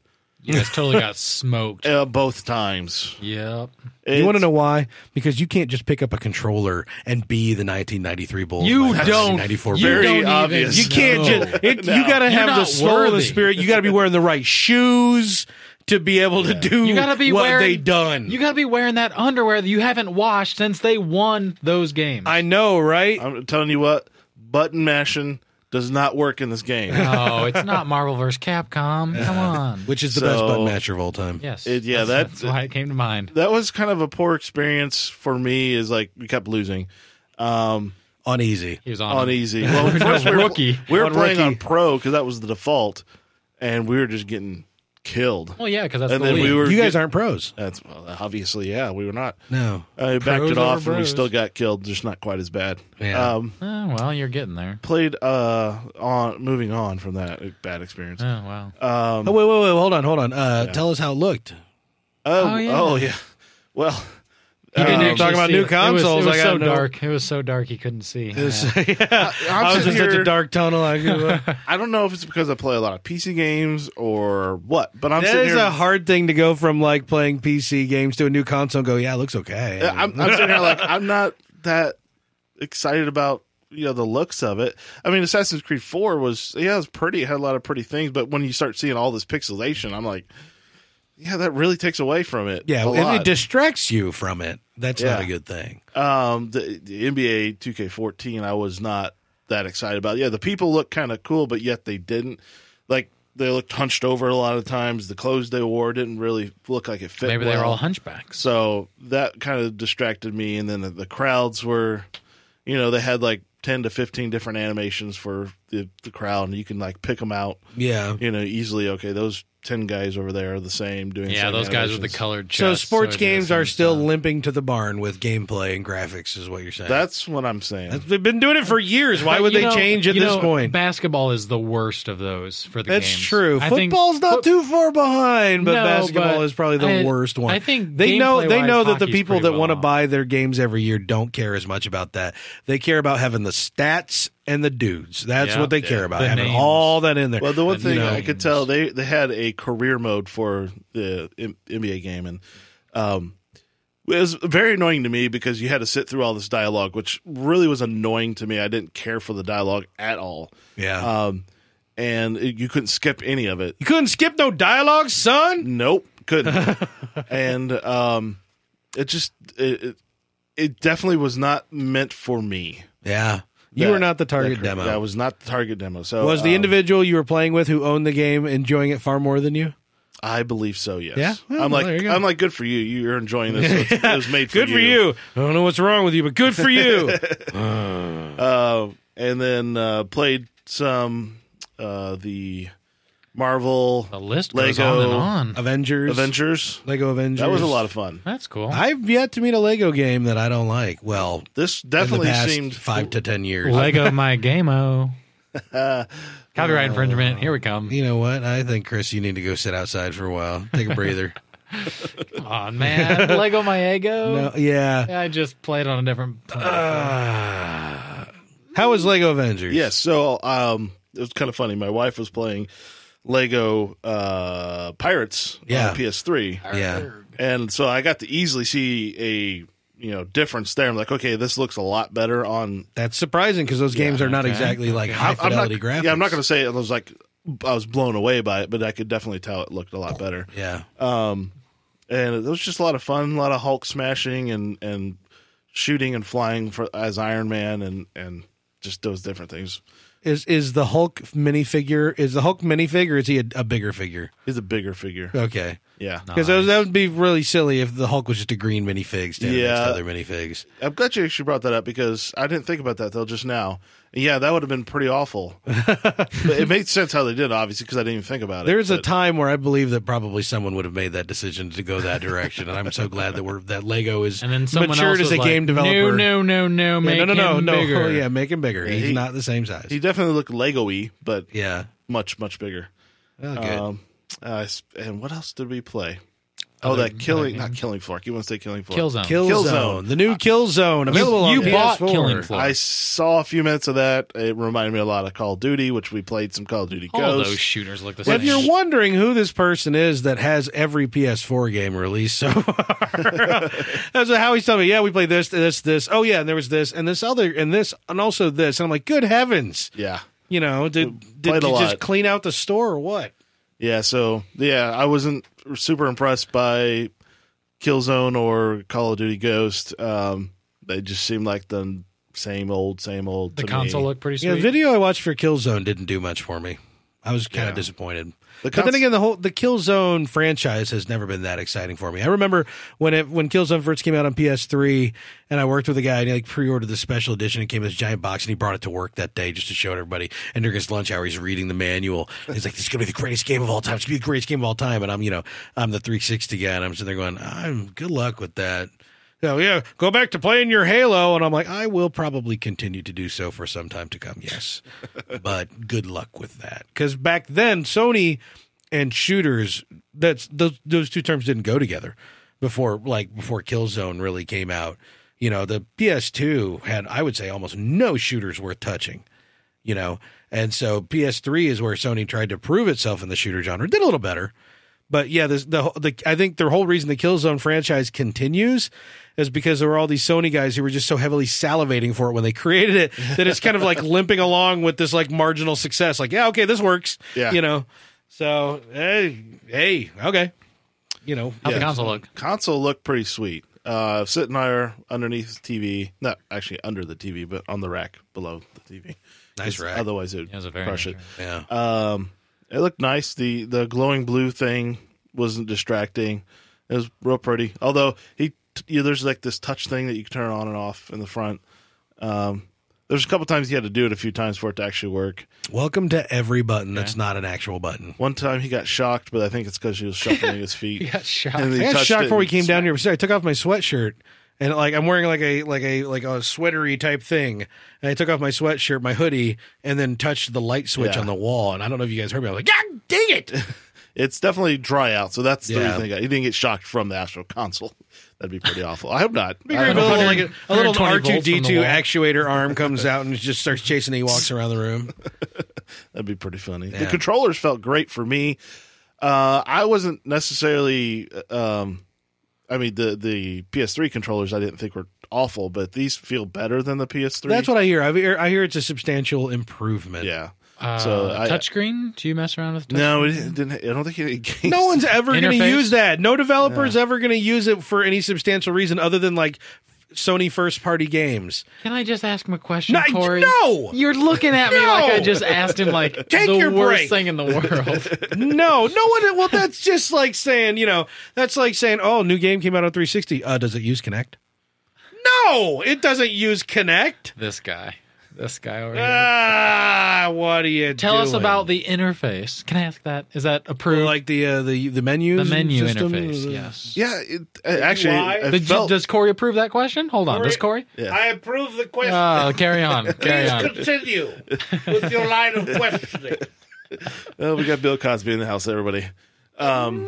C: You guys totally got
D: *laughs*
C: smoked.
D: uh, both times.
C: Yep.
A: You want to
D: It's-
A: know why? Because you can't just pick up a controller and be the 1993 Bulls.
C: You
A: like
C: don't.
A: 1994
C: you
A: Bulls.
D: Very
C: don't even
D: obvious.
A: You can't
C: know.
A: just. It,
D: No.
A: You got to
C: You're
A: have the
C: not
A: soul and the
C: worthy.
A: spirit. You got to be wearing the right shoes to be able to do
C: You gotta be
A: what
C: wearing-
A: they done.
C: You got to be wearing that underwear that you haven't washed since they won those games.
A: I know, right?
D: I'm telling you what, button mashing does not work in this game.
A: *laughs*
C: oh, it's not Marvel vs. Capcom. Come on.
A: Which is the
D: So-
A: best button matcher of all time.
C: Yes.
D: It- yeah,
C: that's,
D: that-
C: that's why it came to mind.
D: that was kind of a poor experience for me. Is like we kept losing. Um,
A: On easy.
C: He was on.
D: on E!
A: *laughs*
C: it.
D: easy. Well, first we were,
C: rookie.
D: We were
A: On
D: playing on
A: rookie.
D: pro because that was the default, and we were just getting killed.
C: Well, yeah, because that's
D: and
C: the
D: then
C: league.
D: we were.
A: You guys
D: get-
A: aren't pros.
D: That's well, obviously yeah. We were not.
A: No.
D: I backed
C: Pros
D: it off,
C: over
D: and we
C: bros.
D: still got killed. Just not quite as bad.
A: Yeah.
D: Um,
C: Oh, well, you're getting there.
D: played uh on moving on from that bad experience.
A: Uh,
C: Oh, wow.
D: Um,
A: Oh, wait, wait, wait. Hold on, hold on. Uh, Tell us how it looked.
D: oh,
C: Oh,
D: oh,
C: yeah.
D: yeah. Well,
C: He didn't
D: um,
C: actually
A: talking about
C: see
A: new
C: it. It was,
A: consoles,
C: it was
A: I got
C: so
A: no-
C: dark. It was so dark he couldn't see.
A: *laughs*
C: Yeah.
D: I'm
A: I was in
D: sitting
A: such a
D: here-
A: dark tunnel. *laughs* I, uh,
D: I don't know if it's because I play a lot of PC games or what, but I'm
A: that
D: sitting
A: is
D: here.
A: a hard thing to go from like playing PC games to a new console and go, yeah, it looks okay.
D: Yeah, Uh, I'm, I'm sitting here like I'm not that excited about you know the looks of it. I mean, Assassin's Creed Four was yeah, it was pretty, it had a lot of pretty things, but when you start seeing all this pixelation, I'm like, yeah, that really takes away from it.
A: yeah,
D: a
A: if
D: lot.
A: it distracts you from it, that's not
D: Yeah.
A: a good thing.
D: um, the, the NBA 2K14, I was not that excited about. Yeah, the people look kind of cool, but yet they didn't. Like they looked hunched over a lot of times. The clothes they wore didn't really look like it fit.
C: Maybe they were
D: well.
C: all hunchbacks.
D: So that kind of distracted me. And then the, the crowds were, you know, they had like 10 to 15 different animations for the, the crowd, and you can like pick them out,
A: Yeah.
D: you know, easily. Okay, those 10 guys over there are the same doing the
C: Yeah,
D: same
C: those guys with the
D: animations.
C: colored chests.
A: So sports
C: it
A: games
C: is
A: are still
C: insane.
A: limping to the barn with gameplay and graphics, is what you're saying.
D: That's what I'm saying.
A: That's- they've been doing it for years. Why
C: But
A: would
C: you
A: they
C: know-
A: change at
C: you
A: this
C: know,
A: point?
C: Basketball is the worst of those for the
A: That's
C: games.
A: true.
C: I think
A: Football's not
C: foot-
A: too far behind, but
C: No,
A: basketball
C: but
A: is probably the
C: I-
A: worst one.
C: I think
A: they know they
C: gameplay-wise,
A: know that the
C: hockey's
A: people
C: pretty
A: that
C: well
A: want to
C: off.
A: buy their games every year don't care as much about that. They care about having the stats and the dudes. That's
C: Yeah.
A: what they
C: Yeah.
A: care about.
C: The
A: having
C: names.
A: all that in there.
D: Well, the one
C: And,
D: thing
C: *laughs* you know-
D: I could tell they they had a career mode for the M- NBA game, and um, it was very annoying to me because you had to sit through all this dialogue, which really was annoying to me. I didn't care for the dialogue at all,
A: yeah.
D: um, and it- you couldn't skip any of it.
A: you couldn't skip no dialogue, son.
D: Nope,
A: *laughs*
D: couldn't. and um, it just it, it it definitely was not meant for me.
A: Yeah. You
D: That-
A: were not the
D: that
A: target
D: career-
A: demo.
D: That was not the target demo. So
A: Oh, was the
D: um,
A: individual you were playing with who owned the game enjoying it far more than you?
D: I believe so. Yes.
A: Yeah? Well,
D: I'm like,
A: there you go.
D: I'm like, good for you. You're
A: *laughs*
D: enjoying this. It was- It was made for
A: good
D: you.
A: for you. I don't know what's wrong with you, but good for you.
D: Uh, and then uh, played some uh, the Marvel
C: The list goes
D: Lego
C: on and on.
A: *laughs* Avengers,
D: Avengers.
A: Lego Avengers.
D: That was a lot of fun.
C: That's cool.
A: I've yet to meet a Lego game that I don't like. Well,
D: This
A: definitely
D: definitely
A: in the past
D: seemed
A: five to ten years.
C: Lego my gameo.
A: *laughs*
C: Copyright
A: Oh.
C: infringement. Here we come.
A: You know what? I think Chris, you need to go sit outside for a while, take *laughs* a breather.
C: Come
A: *laughs*
C: on, man. Lego my ego.
A: no, yeah.
C: I just played on a different.
A: How was Lego Avengers?
D: Yes. So um, it was kind of funny. My wife was playing Lego uh, Pirates
A: Yeah.
D: on PS3,
A: Yeah.
D: and so I got to easily see a you know difference there. I'm like, okay, this looks a lot better on.
A: That's surprising because those games are not exactly like high
D: I'm not,
A: fidelity graphics.
D: Yeah, I'm not going to say it was like I was blown away by it, but I could definitely tell it looked a lot better.
A: Yeah.
D: and it was just a lot of fun, a lot of Hulk smashing and and shooting and flying for as Iron Man and and just those different things.
A: Is is the Hulk minifigure? Is the Hulk minifig or is he a, a bigger figure?
D: He's a bigger figure,
A: Okay,
D: yeah.
A: because that would be really silly if the Hulk was just a green minifig standing next to
D: Yeah.
A: other minifigs.
D: I'm glad you actually brought that up because I didn't think about that though just now. Yeah, that would have been pretty awful. but it made sense how they did, obviously, because I didn't even think about it.
A: There is a
D: but-
A: time where I believe that probably someone would have made that decision to go that direction, and I'm so glad that we're that Lego is
C: And then someone
A: matured
C: else
A: as
C: was
A: a
C: like,
A: game developer.
C: No, no, no, no,
A: Yeah,
C: make
A: no, no, no, *laughs*
C: him
A: no. Oh,
C: bigger.
A: Yeah, make him bigger. He's
D: he-
A: not the same size.
D: he definitely looked Lego-y, but
A: yeah.
D: much much bigger.
A: Oh, good.
D: Um, uh, and what else did we play? Oh, that killing, not killing floor. You want to say killing floor?
C: Kill zone.
A: Kill,
D: Kill
A: Zone.
D: Zone.
A: the new Kill Zone available
C: you
A: on
C: bought
A: PS4.
C: Killing Floor.
D: I saw a few minutes of that. It reminded me a lot of Call of Duty, which we played some Call of Duty
C: All
D: Ghosts.
C: those shooters look the
A: If
C: same.
A: you're wondering who this person is that has every PS4 game released so *laughs* far, that's what Howie's telling me. Yeah, we played this, this, this. Oh yeah, and there was this, and this other, and this, and also this. And I'm like, good heavens!
D: yeah.
A: You know, did
D: Played
A: did
D: a
A: you just
D: lot.
A: clean out the store or what?
D: Yeah, so yeah, I wasn't super impressed by Killzone or Call of Duty Ghost. Um, they just seemed like the same old, same old.
C: the
D: to me.
C: console looked pretty sweet.
A: Yeah, the video I watched for Killzone didn't do much for me. I was kind of
D: Yeah.
A: disappointed.
D: The
A: but then
D: cons-
A: again, the whole the Killzone franchise has never been that exciting for me. I remember when it when Killzone first came out on PS3, and I worked with a guy and he like pre-ordered the special edition. It came in this giant box, and he brought it to work that day just to show it everybody. And during his lunch hour, he's reading the manual. And he's like, "This is gonna be the greatest game of all time. It's gonna be the greatest game of all time." And I'm you know I'm the 360 guy, and I'm sitting there going, "I'm good luck with that." Yeah, yeah, go back to playing your Halo. And I'm like, I will probably continue to do so for some time to come, yes. but good luck with that. Because back then, Sony and shooters, that's those, those two terms didn't go together before, like, before Killzone really came out. You know, the PS2 had, I would say, almost no shooters worth touching, you know? And so PS3 is where Sony tried to prove itself in the shooter genre. Did a little better. But yeah, this, the whole- the I think the whole reason the Killzone franchise continues is because there were all these Sony guys who were just so heavily salivating for it when they *laughs* created it that it's kind of like limping along with this like marginal success. Like, yeah, okay, this works.
D: Yeah.
A: you know. So hey, hey, okay, you know.
C: How'd the
D: Yeah.
C: console look?
D: console looked pretty sweet. Uh, sitting there underneath the TV, not actually under the TV, but on the rack below the TV.
A: Nice
D: 'Cause
A: rack.
D: Otherwise, it would
C: It was a very
D: crush
C: nice
D: it.
C: rack.
A: Yeah,
D: Um, it looked nice. The the glowing blue thing wasn't distracting. It was real pretty. Although he, you know, there's like this touch thing that you can turn on and off in the front. Um, there's a couple times he had to do it a few times for it to actually work.
A: welcome to every button that's not an actual button.
D: One time he got shocked, but I think it's because he was shuffling
A: *laughs*
D: his feet.
C: got shocked.
D: And he
A: I got
D: touched
A: shocked
D: it
A: before we
D: and
A: came down here. So I took off my sweatshirt and like I'm wearing like a like a like a sweatery type thing. And I took off my sweatshirt, my hoodie, and then touched the light switch
D: Yeah.
A: on the wall. And I don't know if you guys heard me. I was like, God dang it!
D: *laughs* It's definitely dry out, so that's the
A: Yeah.
D: reason he, got. he didn't get shocked from the actual console. *laughs* That'd be pretty awful. I hope not.
A: Be great if a
C: don't
A: little,
C: know.
A: like a, a little
C: 120 volts from the
A: R2D2
C: wall. *laughs*
A: actuator arm comes out and just starts chasing Ewoks around the
D: *laughs*
A: room.
D: That'd be pretty funny.
A: Yeah.
D: The controllers felt great for me. Uh, I wasn't necessarily. Um, I mean, the the PS3 controllers I didn't think were awful, but these feel better than the PS3.
A: That's what I hear. I hear I hear it's a substantial improvement.
D: Yeah.
C: Uh,
D: So I-
C: touchscreen? Do you mess around with? Touch?
D: No, it didn't. didn't- I don't think any games.
A: No one's ever going to
C: Interface?
A: use that. No developer's ever going to use it for any substantial reason other than like Sony first party games.
C: Can I just ask him a question,
A: No,
C: Corey?
A: no!
C: You're looking at me
A: No!
C: like I just asked him like
A: *laughs* Take
C: the
A: your
C: worst
A: break.
C: thing in
A: *laughs*
C: the world.
A: No, no one. Well, that's just like saying, you know, that's like saying, oh, new game came out on 360. Uh, does it use Connect? No, it doesn't use Connect.
C: this guy, this guy
A: Uh,
C: over here.
A: Ah, what are you?
C: Tell us
A: doing?
C: about the interface. Can I ask that? Is that approved?
A: like the uh, the the menu
C: the menu
A: system?
C: interface. Yes.
D: *laughs* Yeah, it, uh, actually,
A: why?
D: it
C: Did-
D: felt-
C: does Corey approve that question? Hold on. Does Corey?
D: Yeah.
A: I approve the question.
C: Oh,
A: *laughs*
C: carry on. Carry on.
A: continue with your line of
C: *laughs*
A: questioning.
D: oh, we got Bill Cosby in the house, everybody. Um,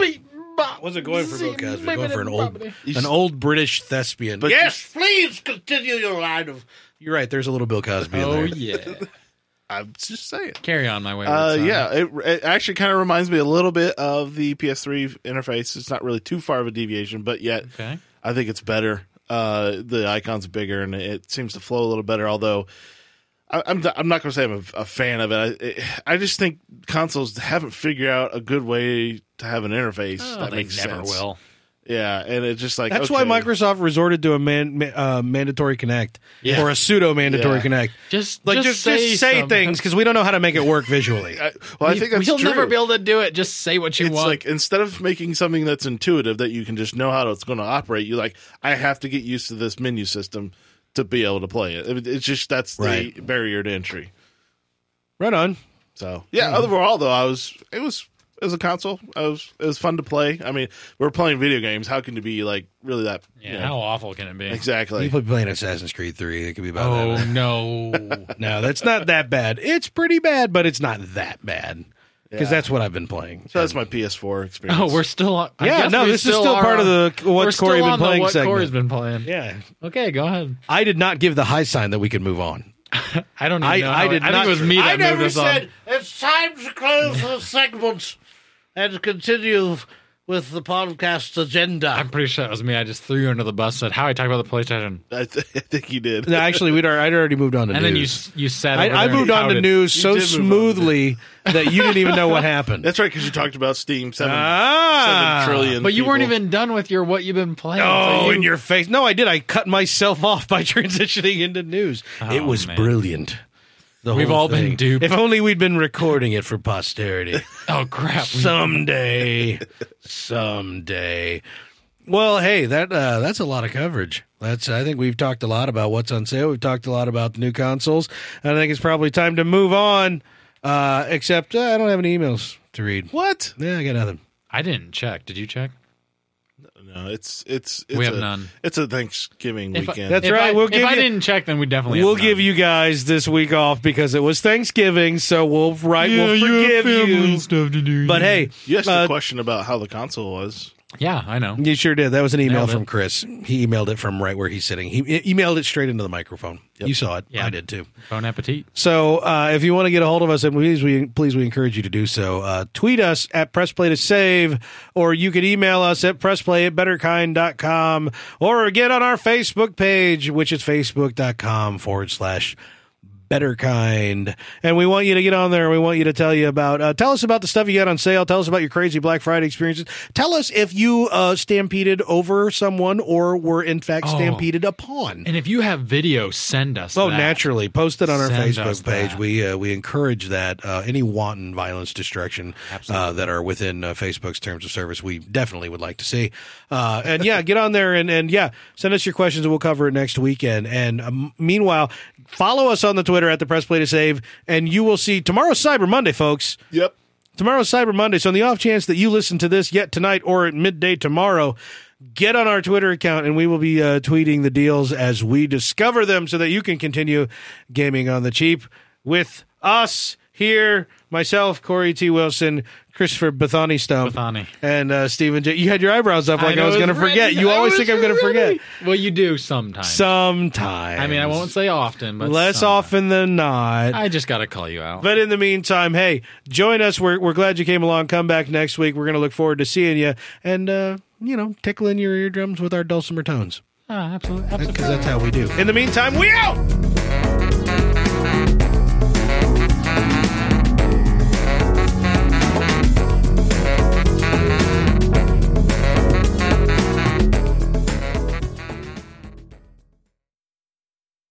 A: Wasn't going for Bill Cosby. Going for an old, an old British thespian. But
D: Yes,
A: please continue your line of. You're right. There's a little Bill Cosby in
C: Oh
A: there.
C: yeah.
D: I'm just saying.
C: Carry on, my way.
D: Uh, yeah, it, it actually kind of reminds me a little bit of the PS3 interface. It's not really too far of a deviation, but yet
C: Okay.
D: I think it's better. Uh, the icon's bigger and it seems to flow a little better. Although I, I'm not- I'm not going to say I'm a, a fan of it. I, it. I just think consoles haven't figured out a good way to have an interface that
C: they
D: makes
C: Oh, never
D: sense.
C: will.
D: Yeah, and it's just like
A: That's
D: okay,
A: why Microsoft resorted to a man, ma- uh, mandatory connect or a pseudo mandatory
D: Yeah.
A: connect.
C: Just
A: Like just, just say,
C: some-
A: things because we don't know how to make it work visually.
D: I, well, I think that's
C: you'll
D: true.
C: never be able to do it. Just say what you
D: it's
C: want.
D: like instead of making something that's intuitive that you can just know how it's going to operate, you like I have to get used to this menu system to be able to play it. It- It's just that's the
A: Right.
D: barrier to entry.
A: *laughs* right on.
D: So mm-hmm. yeah, overall though, I was it was it was a console. I was it was fun to play. I mean, we're playing video games. How can you be like really that?
C: yeah,
D: you know,
C: How awful can it be?
D: exactly.
A: You could be playing Assassin's Creed Three. It could be about
C: Oh
A: that.
C: no.
A: *laughs* No, that's not that bad. It's pretty bad, but it's not that bad because
D: Yeah.
A: that's what I've been playing.
D: so that's my PS4 experience.
C: *laughs* oh, we're still. on- I
A: Yeah,
C: guess
A: no,
C: we
A: this is still
C: are
A: part of
C: on-
A: the
C: we're
A: what's
C: still
A: Corey been
C: on the
A: playing
C: What
A: segment.
C: Corey's been playing.
A: Yeah,
C: Okay, go ahead.
A: I did not give the high sign that we could move on.
C: I don't even
A: I-
C: know.
A: I
C: how-
A: did
C: I think
A: not-
C: it was me that
B: I
C: moved
B: never
C: us
B: said
C: on.
B: it's time to close the segment and continue with the podcast agenda.
C: I'm pretty sure it was me. I just threw you under the bus. Said how I talked about the PlayStation,
D: I, th- I think you did.
A: No, actually, we'd already, I'd already moved on to
C: and then you
A: news.
C: s- you said
A: I, I moved on to news
D: You
A: so
D: did move on to
A: smoothly that you didn't even know what happened.
D: *laughs* That's right, because you talked about Steam seven,
A: ah,
D: seven trillion.
C: but you weren't
D: people.
C: even done with your what you've been playing.
A: Oh,
C: so you-
A: in your face! No, I did. I cut myself *laughs* off by transitioning into news. it was
C: Oh, man.
A: brilliant. The
C: We've
A: whole
C: all been
A: thing.
C: duped.
A: If only we'd been recording it for
C: *laughs*
A: posterity.
C: oh crap! We-
A: someday, someday. Well, hey, that uh, that's a lot of coverage. That's I think we've talked a lot about what's on sale. We've talked a lot about the new consoles. I think it's probably time to move on. Uh, except uh, I don't have any emails to read.
D: what?
A: Yeah, I got nothing.
C: I didn't check. Did you check?
D: No, it's it's, it's
C: We have
D: a,
C: none.
D: It's a Thanksgiving
C: If I-
D: weekend.
A: That's
C: if
A: right,
C: I,
A: we'll
C: if
A: give
C: I
A: you-
C: didn't check, then we definitely.
A: we'll
C: have
A: give
C: none.
A: you guys this week off because it was Thanksgiving, so we'll right we'll forgive you.
C: stuff to do.
A: But hey,
D: You asked
A: uh,
D: a question about how the console was.
C: yeah, I know.
A: you sure did. That was an email
C: Nailed it.
A: from Chris. He emailed it from right where he's sitting. He e- emailed it straight into the microphone. You saw it.
C: Yeah.
A: I did too.
C: Bon appetit.
A: So uh, if you want to get a hold of us, and please we please we encourage you to do so. Uh, tweet us at Pressplay to Save, or you could email us at Pressplay at betterkind.com, or get on our Facebook page, which is facebook.com forward slash better kind and we want you to get on there we want you to tell you about uh, tell us about the stuff you got on sale tell us about your crazy black friday experiences tell us if you uh, stampeded over someone or were in fact
C: Oh.
A: stampeded upon
C: And if you have video, send us.
A: Oh,
C: that.
A: naturally. Post it on our
C: Send us
A: Facebook
C: that.
A: page. We uh, we encourage that uh, any wanton violence, destruction uh, that are within uh, Facebook's terms of service, we definitely would like to see. Uh, and yeah, get on there and, and yeah, send us your questions and we'll cover it next weekend. And um, meanwhile, follow us on the Twitter at the Press Play to Save, and you will see tomorrow's Cyber Monday, folks.
D: Yep.
A: Tomorrow's Cyber Monday. So, on the off chance that you listen to this yet tonight or at midday tomorrow, get on our Twitter account and we will be uh, tweeting the deals as we discover them so that you can continue gaming on the cheap with us here. Myself, Corey T. Wilson, Christopher Bethany Stump,
C: Bethany.
A: and uh, Stephen J. You had your eyebrows up like I,
C: know,
A: was going to
C: it's ready.
A: forget. You
C: I
A: always
C: was
A: think I'm going to
C: ready.
A: forget.
C: Well, you do sometimes.
A: Sometimes.
C: I mean, I won't say often, but
A: Less
C: sometimes.
A: often than not.
C: I just got to call you out.
A: But in the meantime, hey, join us. We're, we're glad you came along. Come back next week. We're going to look forward to seeing you and, uh, you know, tickling your eardrums with our dulcimer tones
C: Ah, absolutely. absolutely.
A: because that's how we do. In the meantime, we out!